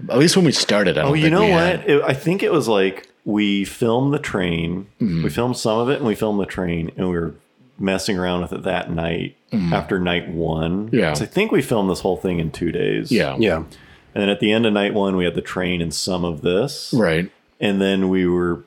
Speaker 3: at least when we started. I don't
Speaker 2: Oh, you
Speaker 3: think
Speaker 2: know
Speaker 3: we had.
Speaker 2: what? It, I think it was like we filmed the train.
Speaker 3: Mm-hmm.
Speaker 2: We filmed some of it, and we filmed the train, and we were messing around with it that night after night one.
Speaker 3: Mm-hmm. Yeah.
Speaker 2: 'Cause I think we filmed this whole thing in two days.
Speaker 3: Yeah,
Speaker 4: Yeah.
Speaker 2: and then at the end of night one, we had the train and some of this,
Speaker 3: right.
Speaker 2: and then we were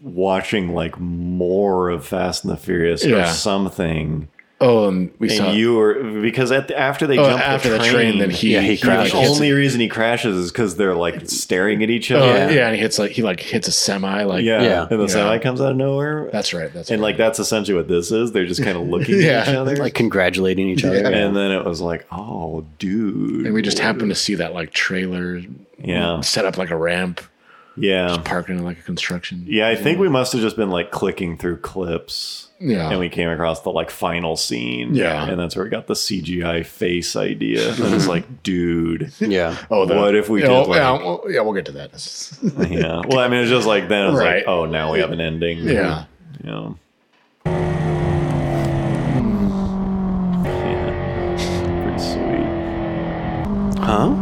Speaker 2: watching like more of Fast and the Furious or
Speaker 3: Yeah.
Speaker 2: something.
Speaker 3: Oh, and we
Speaker 2: And
Speaker 3: saw
Speaker 2: you were because at the, after they
Speaker 3: oh,
Speaker 2: jumped
Speaker 3: after the train, then he
Speaker 4: Yeah, he
Speaker 3: like,
Speaker 2: the
Speaker 4: crashes.
Speaker 3: hits-
Speaker 2: only reason he crashes is because they're like staring at each
Speaker 3: oh,
Speaker 2: other.
Speaker 3: yeah. and he hits like he like hits a semi like
Speaker 2: Yeah.
Speaker 4: Yeah.
Speaker 2: And the
Speaker 3: Yeah.
Speaker 2: semi comes out of nowhere.
Speaker 3: That's right. That's
Speaker 2: and
Speaker 3: right.
Speaker 2: like that's essentially what this is. They're just kind of looking
Speaker 3: Yeah.
Speaker 2: at each other.
Speaker 4: Like congratulating each other.
Speaker 2: and then it was like, oh, dude.
Speaker 3: and we just happened to see that like trailer
Speaker 2: Yeah.
Speaker 3: set up like a ramp,
Speaker 2: Yeah.
Speaker 3: parked in like a construction.
Speaker 2: Yeah. I think we must have just been like clicking through clips.
Speaker 3: Yeah.
Speaker 2: And we came across the like final scene.
Speaker 3: Yeah.
Speaker 2: And that's where we got the CGI face idea. And it's like, dude.
Speaker 4: Yeah.
Speaker 3: Oh, the,
Speaker 2: What if we
Speaker 3: yeah,
Speaker 2: did,
Speaker 3: well,
Speaker 2: like-
Speaker 3: yeah, well, yeah, we'll get to that.
Speaker 2: Yeah. Well, I mean, it's just like then it was
Speaker 3: Right.
Speaker 2: like, oh, now we have an ending.
Speaker 3: yeah.
Speaker 2: Yeah. Yeah. Pretty sweet.
Speaker 4: Huh?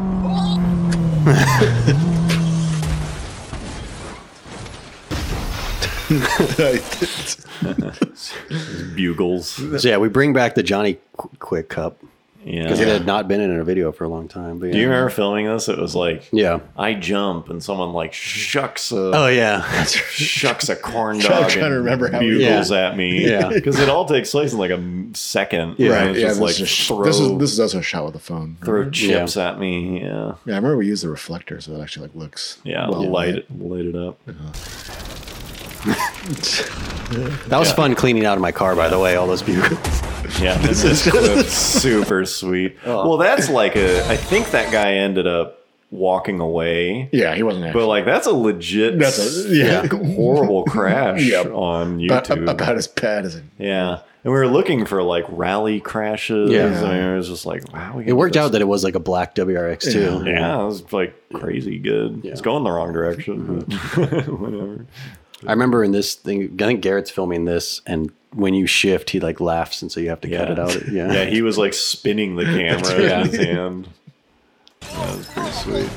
Speaker 2: bugles.
Speaker 4: So yeah, we bring back the Johnny Qu- Quick Cup.
Speaker 2: Yeah.
Speaker 4: because it had not been in a video for a long time. But yeah.
Speaker 2: Do you remember filming this? It was like
Speaker 4: Yeah.
Speaker 2: I jump and someone like shucks a
Speaker 4: Oh yeah.
Speaker 2: shucks a corn
Speaker 3: Try-
Speaker 2: dog
Speaker 3: trying to
Speaker 2: and
Speaker 3: remember how we-
Speaker 2: bugles at me.
Speaker 4: Yeah.
Speaker 2: because it all takes place in like a m- second. and
Speaker 4: Yeah.
Speaker 3: Right.
Speaker 2: it's
Speaker 3: Yeah.
Speaker 2: just
Speaker 3: This,
Speaker 2: like
Speaker 3: is, a-
Speaker 2: throw
Speaker 3: this is this is also a shot with a phone.
Speaker 2: throw chips at me. Yeah,
Speaker 3: Yeah, I remember we used the reflector, so it actually like looks.
Speaker 2: yeah,
Speaker 3: well
Speaker 2: light
Speaker 3: lit.
Speaker 2: it, light it up.
Speaker 4: That was fun cleaning out of my car, by the way, all those bugles.
Speaker 2: Yeah, this is clip's super sweet.
Speaker 3: Oh.
Speaker 2: Well, that's like a. I think that guy ended up walking away,
Speaker 3: Yeah, he wasn't.
Speaker 2: but like that's a legit,
Speaker 3: That's a- yeah.
Speaker 2: horrible crash
Speaker 3: Yep.
Speaker 2: on
Speaker 3: about,
Speaker 2: YouTube.
Speaker 3: about as bad as it.
Speaker 2: Yeah. And we were looking for like rally crashes.
Speaker 4: Yeah.
Speaker 2: I mean, it was just like, wow. We
Speaker 4: It worked out that it was like a black WRX too.
Speaker 2: Yeah, it was like crazy good. It's going the wrong
Speaker 4: Mm-hmm.
Speaker 2: direction. but Whatever.
Speaker 4: I remember in this thing, I think Garrett's filming this, and when you shift, he like laughs, and so you have to cut it out. Yeah.
Speaker 2: Yeah, he was like spinning the camera in his hand. That was pretty sweet.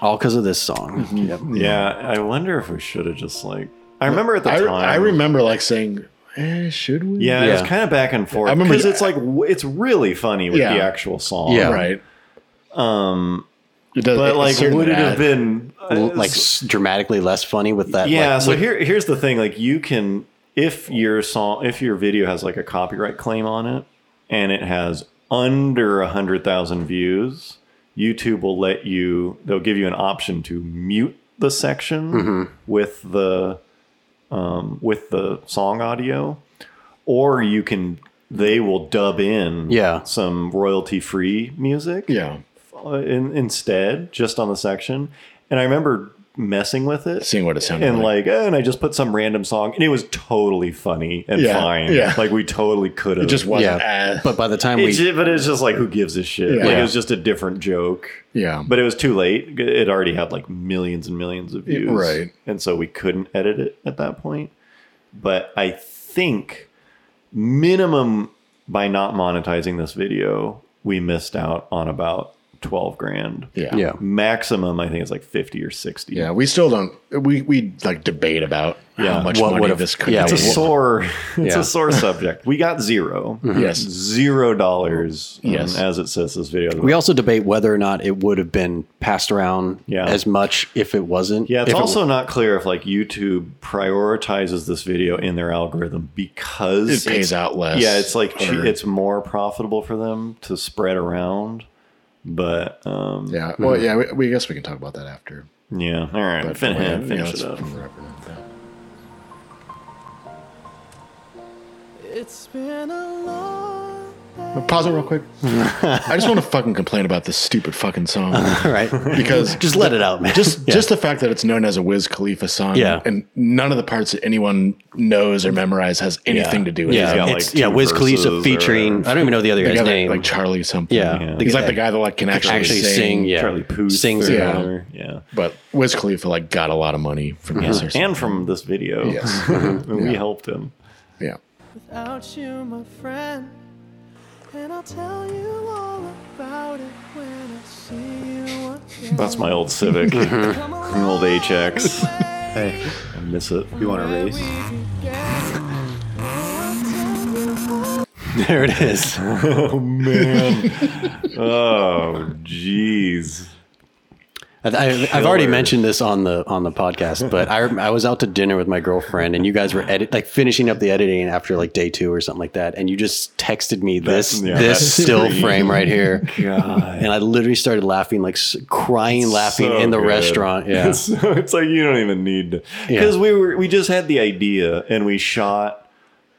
Speaker 4: all because of this song.
Speaker 2: Mm-hmm.
Speaker 4: Yep.
Speaker 2: Yeah, I wonder if we should have just like. I remember at the
Speaker 3: I,
Speaker 2: time.
Speaker 3: I remember like saying, eh, "Should we?"
Speaker 2: Yeah, it was
Speaker 4: Yeah.
Speaker 2: kind of back and forth.
Speaker 3: I remember-
Speaker 2: Because it's like, w- it's really funny with
Speaker 3: Yeah.
Speaker 2: the actual song.
Speaker 4: Yeah.
Speaker 3: Right. Um. It does,
Speaker 2: But
Speaker 3: it's
Speaker 2: like,
Speaker 3: certainly
Speaker 2: would it have
Speaker 3: bad.
Speaker 2: been uh,
Speaker 4: L- like s- dramatically less funny with that.
Speaker 2: yeah
Speaker 4: like,
Speaker 2: so
Speaker 4: with-
Speaker 2: here here's the thing like you can if your song if your video has like a copyright claim on it and it has under a hundred thousand views youtube will let you they'll give you an option to mute the section
Speaker 4: Mm-hmm.
Speaker 2: with the um, with the song audio or you can they will dub in
Speaker 4: Yeah.
Speaker 2: some royalty free music
Speaker 3: Yeah.
Speaker 2: uh, in, instead just on the section and i remember messing with it
Speaker 3: Seeing what it sounded
Speaker 2: and
Speaker 3: like.
Speaker 2: like, eh, and I just put some random song, and it was totally funny and
Speaker 3: Yeah,
Speaker 2: fine.
Speaker 3: yeah.
Speaker 2: Like we totally could have.
Speaker 3: It just wasn't.
Speaker 4: yeah.
Speaker 3: eh.
Speaker 4: But by the time
Speaker 2: It's
Speaker 4: we,
Speaker 2: ju- but it's just like, who gives a shit?
Speaker 3: Yeah.
Speaker 2: Like it
Speaker 3: Yeah.
Speaker 2: was just a different joke.
Speaker 3: yeah.
Speaker 2: But it was too late. It already had like millions and millions of views,
Speaker 3: right.
Speaker 2: And so we couldn't edit it at that point. But I think minimum by not monetizing this video, we missed out on about twelve grand.
Speaker 3: yeah.
Speaker 4: yeah,
Speaker 2: Maximum, I think it's like fifty or sixty.
Speaker 3: Yeah, we still don't. We we like debate about
Speaker 2: Yeah,
Speaker 3: how much
Speaker 4: what
Speaker 3: money
Speaker 4: would've-
Speaker 3: this could
Speaker 4: yeah,
Speaker 3: be.
Speaker 2: it's a
Speaker 4: Well-
Speaker 2: sore it's
Speaker 4: Yeah.
Speaker 2: a sore subject we got zero
Speaker 3: Yes.
Speaker 2: zero dollars um,
Speaker 3: Mm-hmm. Yes.
Speaker 2: as it says this video
Speaker 4: we also debate whether or not it would have been passed around
Speaker 2: Yeah.
Speaker 4: as much if it wasn't.
Speaker 2: yeah it's
Speaker 4: If it-
Speaker 2: also not clear if like youtube prioritizes this video in their algorithm because
Speaker 3: It pays
Speaker 2: it's-
Speaker 3: out less.
Speaker 2: yeah it's like che-
Speaker 3: or-
Speaker 2: it's more profitable for them to spread around but um yeah,
Speaker 3: yeah. Well, yeah. We, we guess we can talk about that after.
Speaker 2: all right fin-
Speaker 3: yeah,
Speaker 2: yeah, finish
Speaker 3: let's
Speaker 2: it up
Speaker 3: wrap it up. Yeah.
Speaker 5: It's been a long
Speaker 3: Pause it real quick. I just want to fucking complain about this stupid fucking song
Speaker 4: all right.
Speaker 3: because
Speaker 4: Just let it out, man.
Speaker 3: just just the fact that it's known as a Wiz Khalifa song,
Speaker 4: Yeah.
Speaker 3: and none of the parts that anyone knows or memorized has anything to do with
Speaker 4: yeah,
Speaker 3: it.
Speaker 2: got,
Speaker 4: it's,
Speaker 2: like,
Speaker 4: yeah.
Speaker 2: two
Speaker 4: Wiz
Speaker 2: verses
Speaker 4: Khalifa
Speaker 2: or-
Speaker 4: featuring. I don't even know the other
Speaker 3: The
Speaker 4: guy's
Speaker 3: guy that,
Speaker 4: name.
Speaker 3: like Charlie something.
Speaker 4: yeah,
Speaker 2: Yeah.
Speaker 4: the
Speaker 3: he's
Speaker 4: guy
Speaker 3: like the guy that like can actually,
Speaker 4: that actually
Speaker 3: sing.
Speaker 4: sing. Yeah,
Speaker 2: charlie Puth
Speaker 4: sings.
Speaker 2: or
Speaker 3: Yeah.
Speaker 2: whatever. yeah
Speaker 3: But Wiz Khalifa like got a lot of money from
Speaker 4: Mm-hmm.
Speaker 3: this or something.
Speaker 2: and from this video
Speaker 3: Yes.
Speaker 2: and we helped him
Speaker 3: yeah.
Speaker 5: without you, my friend. And I'll tell you all about it when I see you again.
Speaker 2: that's my old civic
Speaker 3: Mm-hmm.
Speaker 2: an
Speaker 5: Come
Speaker 2: old
Speaker 5: along
Speaker 2: hx
Speaker 5: the way
Speaker 6: Hey,
Speaker 2: I miss it.
Speaker 6: you want a
Speaker 5: we
Speaker 6: race?
Speaker 5: began.
Speaker 4: there it is.
Speaker 2: Oh man. oh jeez.
Speaker 4: I, I, I've already
Speaker 2: Killer.
Speaker 4: mentioned this on the on the podcast, but I I was out to dinner with my girlfriend, and you guys were edit like finishing up the editing after like day two or something like that, and you just texted me this
Speaker 2: yeah,
Speaker 4: this
Speaker 2: that's
Speaker 4: still
Speaker 2: pretty-
Speaker 4: frame right here,
Speaker 2: God.
Speaker 4: and I literally started laughing, like s- crying, laughing
Speaker 2: So
Speaker 4: in the
Speaker 2: good.
Speaker 4: restaurant. Yeah,
Speaker 2: It's, it's like you don't even need to because we were we just had the idea and we shot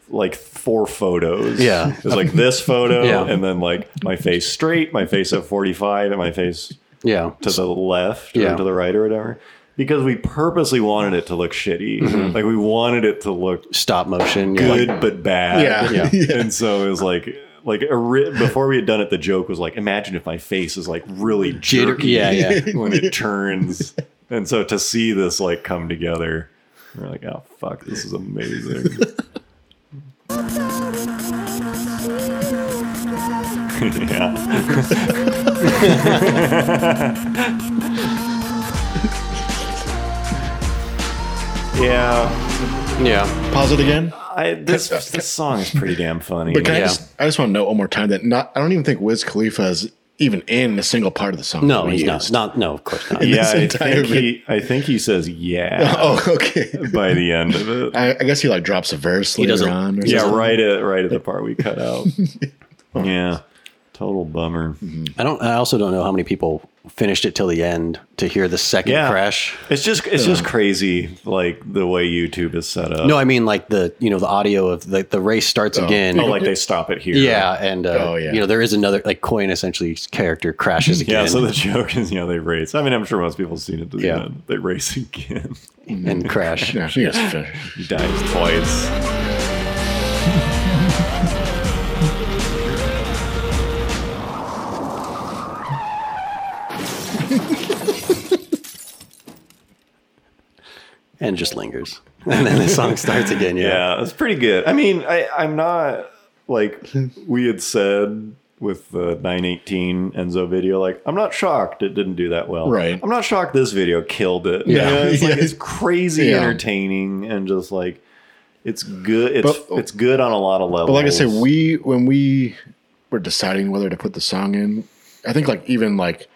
Speaker 2: like four photos.
Speaker 4: Yeah.
Speaker 2: It was like this photo
Speaker 4: Yeah.
Speaker 2: and then like my face straight, my face at 45 and my face
Speaker 4: yeah,
Speaker 2: to the left
Speaker 4: Yeah.
Speaker 2: or to the right or whatever. Because we purposely wanted it to look shitty.
Speaker 4: Mm-hmm.
Speaker 2: Like we wanted it to look
Speaker 4: stop motion. yeah.
Speaker 2: good
Speaker 4: Like,
Speaker 2: but bad.
Speaker 3: Yeah.
Speaker 4: Yeah.
Speaker 2: and so it was like like a ri- before we had done it the joke was like imagine if my face is like really
Speaker 4: jitter-
Speaker 2: jerky
Speaker 4: yeah, yeah.
Speaker 2: when it turns and so to see this like come together we're like oh fuck this is amazing yeah Yeah,
Speaker 4: Yeah.
Speaker 3: Pause it again.
Speaker 2: I this this song is pretty damn funny.
Speaker 3: But can I
Speaker 4: Yeah.
Speaker 3: just I just want to note one more time that not I don't even think Wiz Khalifa is even in a single part of the song.
Speaker 4: No,
Speaker 3: that we
Speaker 4: he's not.
Speaker 3: used.
Speaker 4: Not no, of course not.
Speaker 2: yeah,
Speaker 3: this
Speaker 2: I
Speaker 3: entire
Speaker 2: think he I think he says yeah
Speaker 3: Oh, okay.
Speaker 2: by the end of it.
Speaker 3: I, I guess he like drops a verse later
Speaker 4: doesn't-
Speaker 3: on. Or
Speaker 2: Yeah,
Speaker 3: something.
Speaker 2: right at right at the part we cut out.
Speaker 3: Oh.
Speaker 2: yeah, total bummer.
Speaker 3: Mm-hmm.
Speaker 4: I don't. I also don't know how many people finished it till the end to hear the second
Speaker 2: Yeah.
Speaker 4: crash.
Speaker 2: It's just it's just
Speaker 3: Uh.
Speaker 2: crazy, like the way YouTube is set up.
Speaker 4: No, I mean like the you know the audio of the the race starts again.
Speaker 2: oh, like they stop it here.
Speaker 4: yeah, and uh,
Speaker 3: Oh, yeah.
Speaker 4: you know there is another like Coin essentially character crashes
Speaker 2: Yeah,
Speaker 4: again.
Speaker 2: so the joke is, you know, they race. I mean, I'm sure most people have seen it to the
Speaker 4: Yeah.
Speaker 2: end. They race again.
Speaker 4: and crash.
Speaker 3: Yeah, she gets finished.
Speaker 2: He dies twice.
Speaker 4: and just lingers. And then the song starts again. Yeah.
Speaker 2: Yeah, it's pretty good. I mean, I, I'm not like we had said with the 918 Enzo video. Like, I'm not shocked it didn't do that well.
Speaker 3: Right.
Speaker 2: I'm not shocked this video killed it. You
Speaker 3: Yeah.
Speaker 2: know, it's, like,
Speaker 3: Yeah.
Speaker 2: it's crazy
Speaker 3: Yeah.
Speaker 2: entertaining and just like it's good. It's
Speaker 3: But- oh.
Speaker 2: it's good on a lot of levels.
Speaker 3: But like I said, we when we were deciding whether to put the song in, I think like even like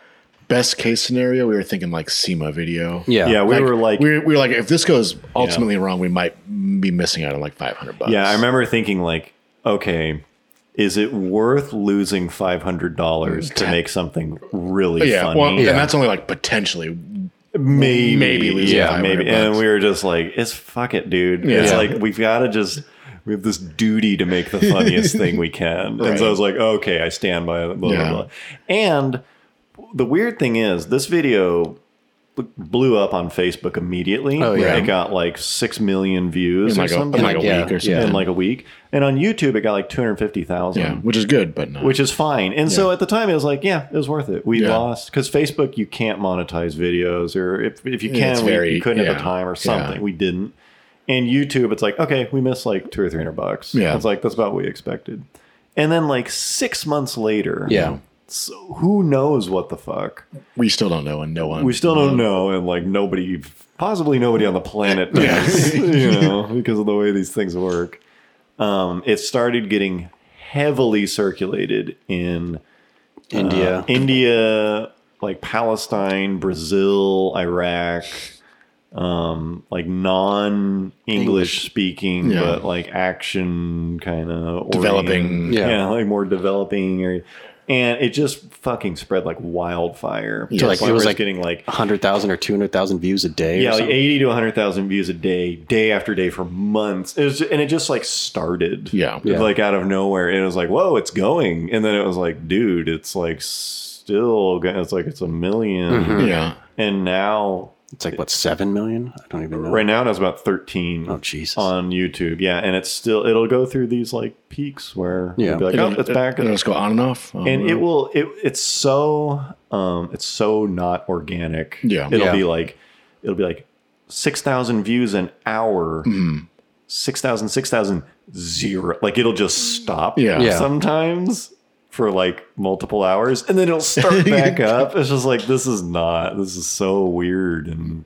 Speaker 3: best case scenario, we were thinking like SEMA video.
Speaker 4: Yeah.
Speaker 2: yeah, we were like.
Speaker 3: we were, we were like if this goes ultimately wrong, we might be missing out on like five hundred bucks.
Speaker 2: Yeah, I remember thinking like, okay, is it worth losing five hundred dollars to make something really
Speaker 3: Yeah,
Speaker 2: funny?
Speaker 3: well, and that's only like potentially.
Speaker 2: maybe,
Speaker 3: maybe losing
Speaker 2: yeah,
Speaker 3: 500
Speaker 2: maybe. And
Speaker 3: bucks.
Speaker 2: we were just like, it's fuck it, dude.
Speaker 3: Yeah.
Speaker 2: It's like we've got to just. We have this duty to make the funniest thing we can. And so I was like, okay, I stand by it. Blah,
Speaker 3: Yeah.
Speaker 2: blah, blah. And the weird thing is, this video blew up on Facebook immediately.
Speaker 4: Oh, yeah.
Speaker 2: It got like 6 million views
Speaker 3: In
Speaker 2: or
Speaker 3: like, a, in
Speaker 2: something
Speaker 3: like a
Speaker 4: Yeah,
Speaker 3: week or
Speaker 4: yeah.
Speaker 3: something.
Speaker 2: in like a week. And on YouTube, it got like 250,000,
Speaker 3: yeah, which is good, but not.
Speaker 2: which is fine. And so at the time, it was like, yeah, it was worth it. We
Speaker 3: Yeah.
Speaker 2: lost because Facebook, you can't monetize videos, or if, if you
Speaker 3: Yeah,
Speaker 2: can,
Speaker 3: it's
Speaker 2: we,
Speaker 3: very-
Speaker 2: you couldn't at
Speaker 3: yeah,
Speaker 2: the time, or
Speaker 3: yeah.
Speaker 2: something. We didn't. And YouTube, it's like, okay, we missed like two or 300 bucks.
Speaker 3: Yeah.
Speaker 2: It's like, that's about what we expected. And then like six months later,
Speaker 4: Yeah.
Speaker 2: so who knows what the fuck?
Speaker 3: we still don't know, and no one.
Speaker 2: We still don't know, and like nobody, possibly nobody on the planet does, you know, because of the way these things work. Um, it started getting heavily circulated in
Speaker 4: India.
Speaker 2: uh, India, like Palestine, Brazil, Iraq, um, like non English speaking,
Speaker 3: Yeah.
Speaker 2: but like action kind of
Speaker 3: Developing.
Speaker 2: yeah.
Speaker 4: Yeah.
Speaker 2: like more developing area. And it just fucking spread like wildfire.
Speaker 4: So,
Speaker 2: To the
Speaker 4: like, it
Speaker 2: point
Speaker 4: was,
Speaker 2: where it's
Speaker 4: like,
Speaker 2: getting like
Speaker 4: Hundred thousand or two hundred thousand views a day.
Speaker 2: yeah,
Speaker 4: or
Speaker 2: like
Speaker 4: something.
Speaker 2: eighty to one hundred thousand views a day, day after day for months. It was, and it just like started.
Speaker 3: Yeah.
Speaker 2: It was, like out of nowhere, it was like, whoa, it's going, and then it was like, dude, it's like still, go- it's like it's a 1000000
Speaker 4: Mm-hmm.
Speaker 3: Yeah,
Speaker 2: and now
Speaker 4: it's like what seven million? I don't even know.
Speaker 2: right now it has about thirteen.
Speaker 4: Oh Jesus!
Speaker 2: on YouTube, yeah, and it's still it'll go through these like peaks where
Speaker 4: Yeah.
Speaker 2: you'll be like, oh, it's back,
Speaker 3: It'll just go on and off. Oh,
Speaker 2: and it
Speaker 3: well.
Speaker 2: will it it's so um it's so not organic
Speaker 3: Yeah.
Speaker 2: it'll
Speaker 4: Yeah.
Speaker 2: be like it'll be like 6000 views an hour
Speaker 3: Mm-hmm.
Speaker 2: Six thousand, six thousand, zero. 6000 6000 zero like it'll just stop
Speaker 3: Yeah.
Speaker 4: Yeah.
Speaker 2: sometimes for like multiple hours and then it'll start back up it's just like this is not this is so weird and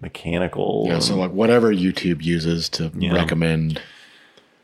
Speaker 2: mechanical
Speaker 3: Yeah,
Speaker 2: and-
Speaker 3: so like whatever YouTube uses to recommend.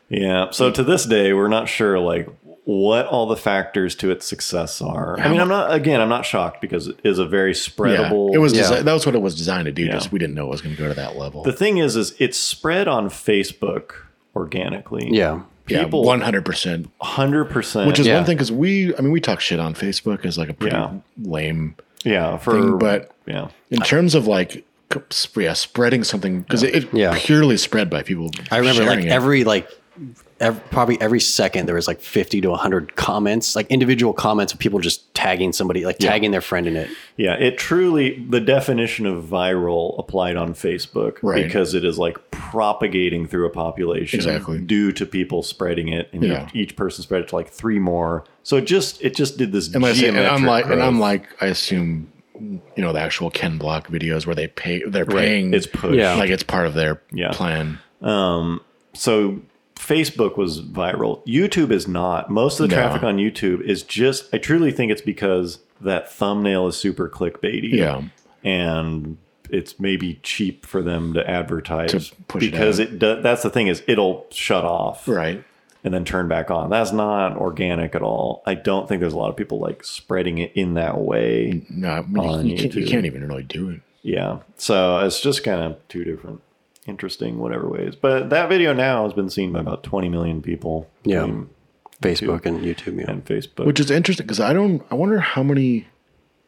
Speaker 2: Yeah. So to this day, we're not sure like what all the factors to its success are. I mean, I'm not again, I'm not shocked because it is a very
Speaker 3: Yeah,
Speaker 2: spreadable.
Speaker 3: it was
Speaker 4: Yeah.
Speaker 3: desi- that was what it was designed to do.
Speaker 2: Yeah.
Speaker 3: Just we didn't know it was going to go to that level.
Speaker 2: the thing is, is it's spread on Facebook organically.
Speaker 4: yeah,
Speaker 2: people-
Speaker 3: one hundred percent.
Speaker 2: hundred percent.
Speaker 3: Which is
Speaker 4: Yeah.
Speaker 3: one thing because we, I mean, we talk shit on Facebook as like a pretty
Speaker 2: Yeah.
Speaker 3: lame
Speaker 2: yeah for
Speaker 3: thing, but
Speaker 2: yeah
Speaker 4: Uh,
Speaker 3: in terms of like, c- sp- yeah, spreading something because it, it
Speaker 4: Yeah.
Speaker 3: purely spread by people.
Speaker 4: I remember
Speaker 3: sharing
Speaker 4: like
Speaker 3: it.
Speaker 4: every like. ev probably every second there was like 50 to 100 comments like individual comments of people just tagging somebody like tagging their friend in it
Speaker 2: yeah. It truly the definition of viral applied on Facebook
Speaker 3: Right.
Speaker 2: because it is like propagating through a population
Speaker 3: Exactly.
Speaker 2: due to people spreading it, and
Speaker 3: Yeah.
Speaker 2: each, each person spread it to like three more. So it just it just did this.
Speaker 3: and like I say, and
Speaker 2: geometric
Speaker 3: unlike and
Speaker 2: growth.
Speaker 3: unlike I assume you know the actual Ken Block videos where they pay they're paying
Speaker 2: It's pushed.
Speaker 4: Yeah.
Speaker 3: like it's part of their
Speaker 2: Yeah.
Speaker 3: plan.
Speaker 2: so Facebook was viral. YouTube is not. Most of the
Speaker 3: No.
Speaker 2: traffic on YouTube is just I truly think it's because that thumbnail is super clickbaity.
Speaker 3: Yeah.
Speaker 2: And it's maybe cheap for them to advertise
Speaker 3: To push it
Speaker 2: because
Speaker 3: out.
Speaker 2: it, do, that's the thing is it'll shut off
Speaker 3: Right.
Speaker 2: and then turn back on. That's not organic at all. I don't think there's a lot of people like spreading it in that way.
Speaker 3: No, I mean, you-
Speaker 2: On
Speaker 3: you, can't, you
Speaker 2: YouTube.
Speaker 3: can't even really do it.
Speaker 2: Yeah. So it's just kind of two different interesting whatever ways. But that video now has been seen by about 20 million people.
Speaker 4: Yeah.
Speaker 2: between-
Speaker 4: Facebook and YouTube. Yeah.
Speaker 2: And Facebook.
Speaker 3: Which is interesting because I don't. I wonder how many. I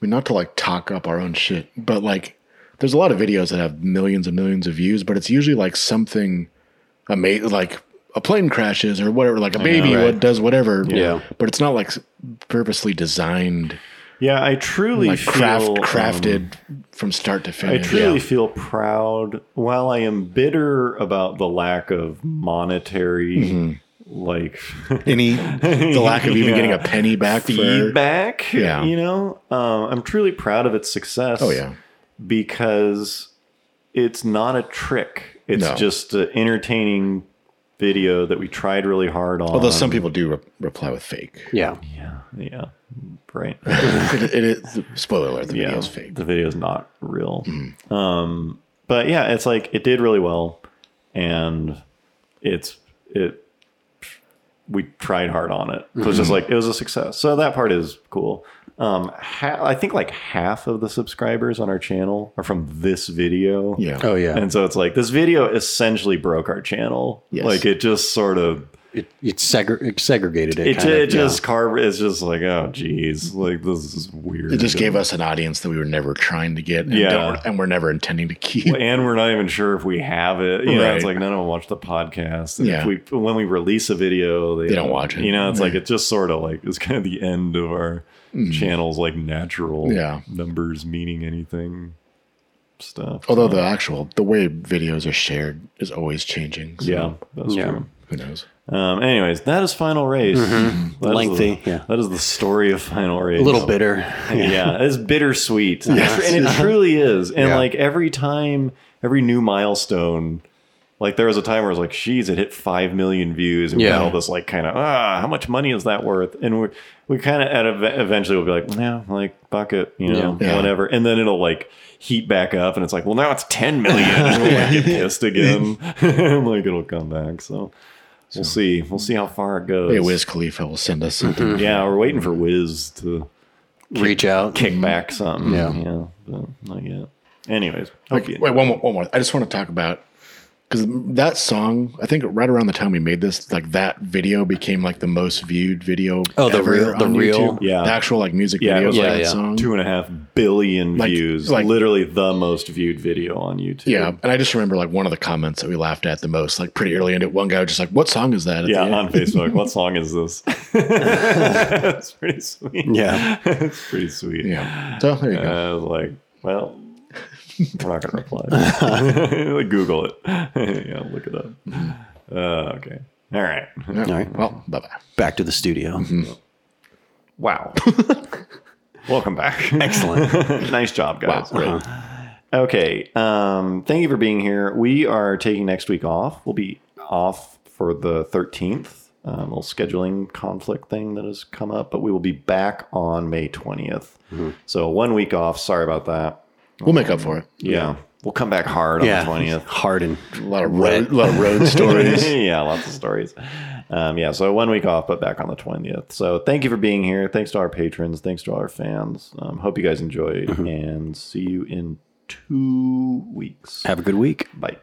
Speaker 3: mean, not to like talk up our own shit, but like, there's a lot of videos that have millions and millions of views, but it's usually like something amazing, like a plane crashes or whatever, like a baby
Speaker 2: right.
Speaker 3: what does whatever.
Speaker 4: Yeah.
Speaker 3: but it's not like s- purposely designed,
Speaker 2: yeah, I truly
Speaker 3: like craft,
Speaker 2: feel, um,
Speaker 3: crafted from start to
Speaker 2: I
Speaker 3: finish.
Speaker 2: truly feel proud. While I am bitter about the lack of monetary,
Speaker 3: Mm-hmm.
Speaker 2: like,
Speaker 3: Any the lack of even
Speaker 2: Yeah.
Speaker 3: getting a penny back for.
Speaker 2: feedback,
Speaker 3: Yeah.
Speaker 2: you know, um, I'm truly proud of its success.
Speaker 3: Oh yeah,
Speaker 2: because it's not a trick. It's
Speaker 3: No.
Speaker 2: just an entertaining video that we tried really hard on.
Speaker 3: although some people do re- reply with fake.
Speaker 4: Yeah.
Speaker 2: yeah, yeah, right.
Speaker 3: it, it is spoiler alert. The
Speaker 2: yeah,
Speaker 3: video's fake. Mm-hmm.
Speaker 2: The video's not real. Um, but yeah, it's like it did really well, and it's it. We tried hard on it. So
Speaker 3: Mm-hmm.
Speaker 2: it's just like it was a success. So that part is cool. Um, ha- I think like half of the subscribers on our channel are from this video.
Speaker 3: Yeah.
Speaker 4: Oh yeah.
Speaker 2: And so it's like this video essentially broke our channel.
Speaker 3: Yes.
Speaker 2: Like it just sort of
Speaker 4: it, it, segre- it segregated it.
Speaker 2: it,
Speaker 4: kind
Speaker 2: it
Speaker 4: of,
Speaker 2: just carved it's just like, oh geez, like this is weird.
Speaker 3: It just gave us an audience that we were never trying to get, and,
Speaker 2: Yeah.
Speaker 3: don't- and we're never intending to keep.
Speaker 2: and we're not even sure if we have it. You know, it's
Speaker 3: Right.
Speaker 2: like none of them watch the podcast. And
Speaker 3: Yeah.
Speaker 2: If we when we release a video, they,
Speaker 3: They don't watch it.
Speaker 2: You know, it's like it's just sort of like it's kind of the end of our channel's like natural
Speaker 3: Hmm. Yeah.
Speaker 2: numbers meaning anything stuff.
Speaker 3: Although the actual the way videos are shared is always changing. So
Speaker 2: yeah, that's
Speaker 4: Yeah.
Speaker 2: true.
Speaker 3: who knows?
Speaker 2: Um, anyways, that is Final Race. That is
Speaker 4: Mm-hmm. Lengthy,
Speaker 2: the-
Speaker 4: yeah.
Speaker 2: That is the story of Final Race.
Speaker 4: a little bitter.
Speaker 2: yeah, it's bittersweet. And it truly is. And
Speaker 3: Yeah.
Speaker 2: like every time, every new milestone, like there was a time where I was like, geez, it hit 5 million views. And we had
Speaker 4: Yeah.
Speaker 2: all this like kind of, ah, how much money is that worth? And we we kind of at ev- eventually will be like, yeah, like bucket, you know,
Speaker 3: Yeah. Yeah.
Speaker 2: whatever. And then it'll like heat back up and it's like, well, now it's 10 million. And we'll like get pissed again. like it'll come back. So. We'll see. We'll see how far it goes.
Speaker 3: Hey, Wiz Khalifa will send us something.
Speaker 2: Yeah, we're waiting for Wiz to
Speaker 4: Reach out.
Speaker 2: kick back something.
Speaker 4: Yeah.
Speaker 2: yeah, but not yet. Anyways, hope
Speaker 3: Like,
Speaker 2: you
Speaker 3: wait, one more, one more. I just want to talk about because that song. I think right around the time we made this, like that video became like the most viewed video.
Speaker 4: Oh, the
Speaker 3: ever
Speaker 4: real- the
Speaker 3: on
Speaker 4: real-
Speaker 3: YouTube.
Speaker 2: Yeah.
Speaker 3: the actual like music
Speaker 2: Yeah, it
Speaker 3: video.
Speaker 2: was
Speaker 3: for
Speaker 4: like
Speaker 3: that
Speaker 4: yeah.
Speaker 3: song.
Speaker 2: two and a half billion
Speaker 3: Like-
Speaker 2: views.
Speaker 3: like-
Speaker 2: literally the most viewed video on YouTube.
Speaker 3: Yeah, and I just remember like one of the comments that we laughed at the most, like pretty early in it. One guy was just like, "What song is that?" at the
Speaker 2: yeah,
Speaker 3: end?"
Speaker 2: on Facebook. what song is this? That's pretty sweet.
Speaker 4: Yeah.
Speaker 2: it's pretty sweet.
Speaker 3: yeah. So there you
Speaker 2: And
Speaker 3: go.
Speaker 2: I was like, well. We're not gonna reply. Like, Google it. yeah, look it up. Uh, okay. All right.
Speaker 3: All
Speaker 4: right.
Speaker 3: right. Well, bye bye.
Speaker 4: Back to the studio.
Speaker 2: Mm-hmm. Wow. Welcome back.
Speaker 4: Excellent.
Speaker 2: nice job, guys.
Speaker 3: Wow.
Speaker 2: Okay. Um, thank you for being here. We are taking next week off. We'll be off for the 13th. Um, a little scheduling conflict thing that has come up, but we will be back on May 20th. So one week off. Sorry about that.
Speaker 3: We'll make up for it.
Speaker 2: Yeah. We'll come back hard on
Speaker 4: yeah.
Speaker 2: the 20th.
Speaker 4: Harden.
Speaker 3: A lot of
Speaker 4: Wet.
Speaker 3: road, lot of road stories.
Speaker 2: yeah, lots of stories. Um, yeah, so one week off, but back on the 20th. So thank you for being here. Thanks to our patrons. Thanks to all our fans. Um, hope you guys enjoyed and see you in two weeks.
Speaker 4: Have a good week.
Speaker 2: Bye.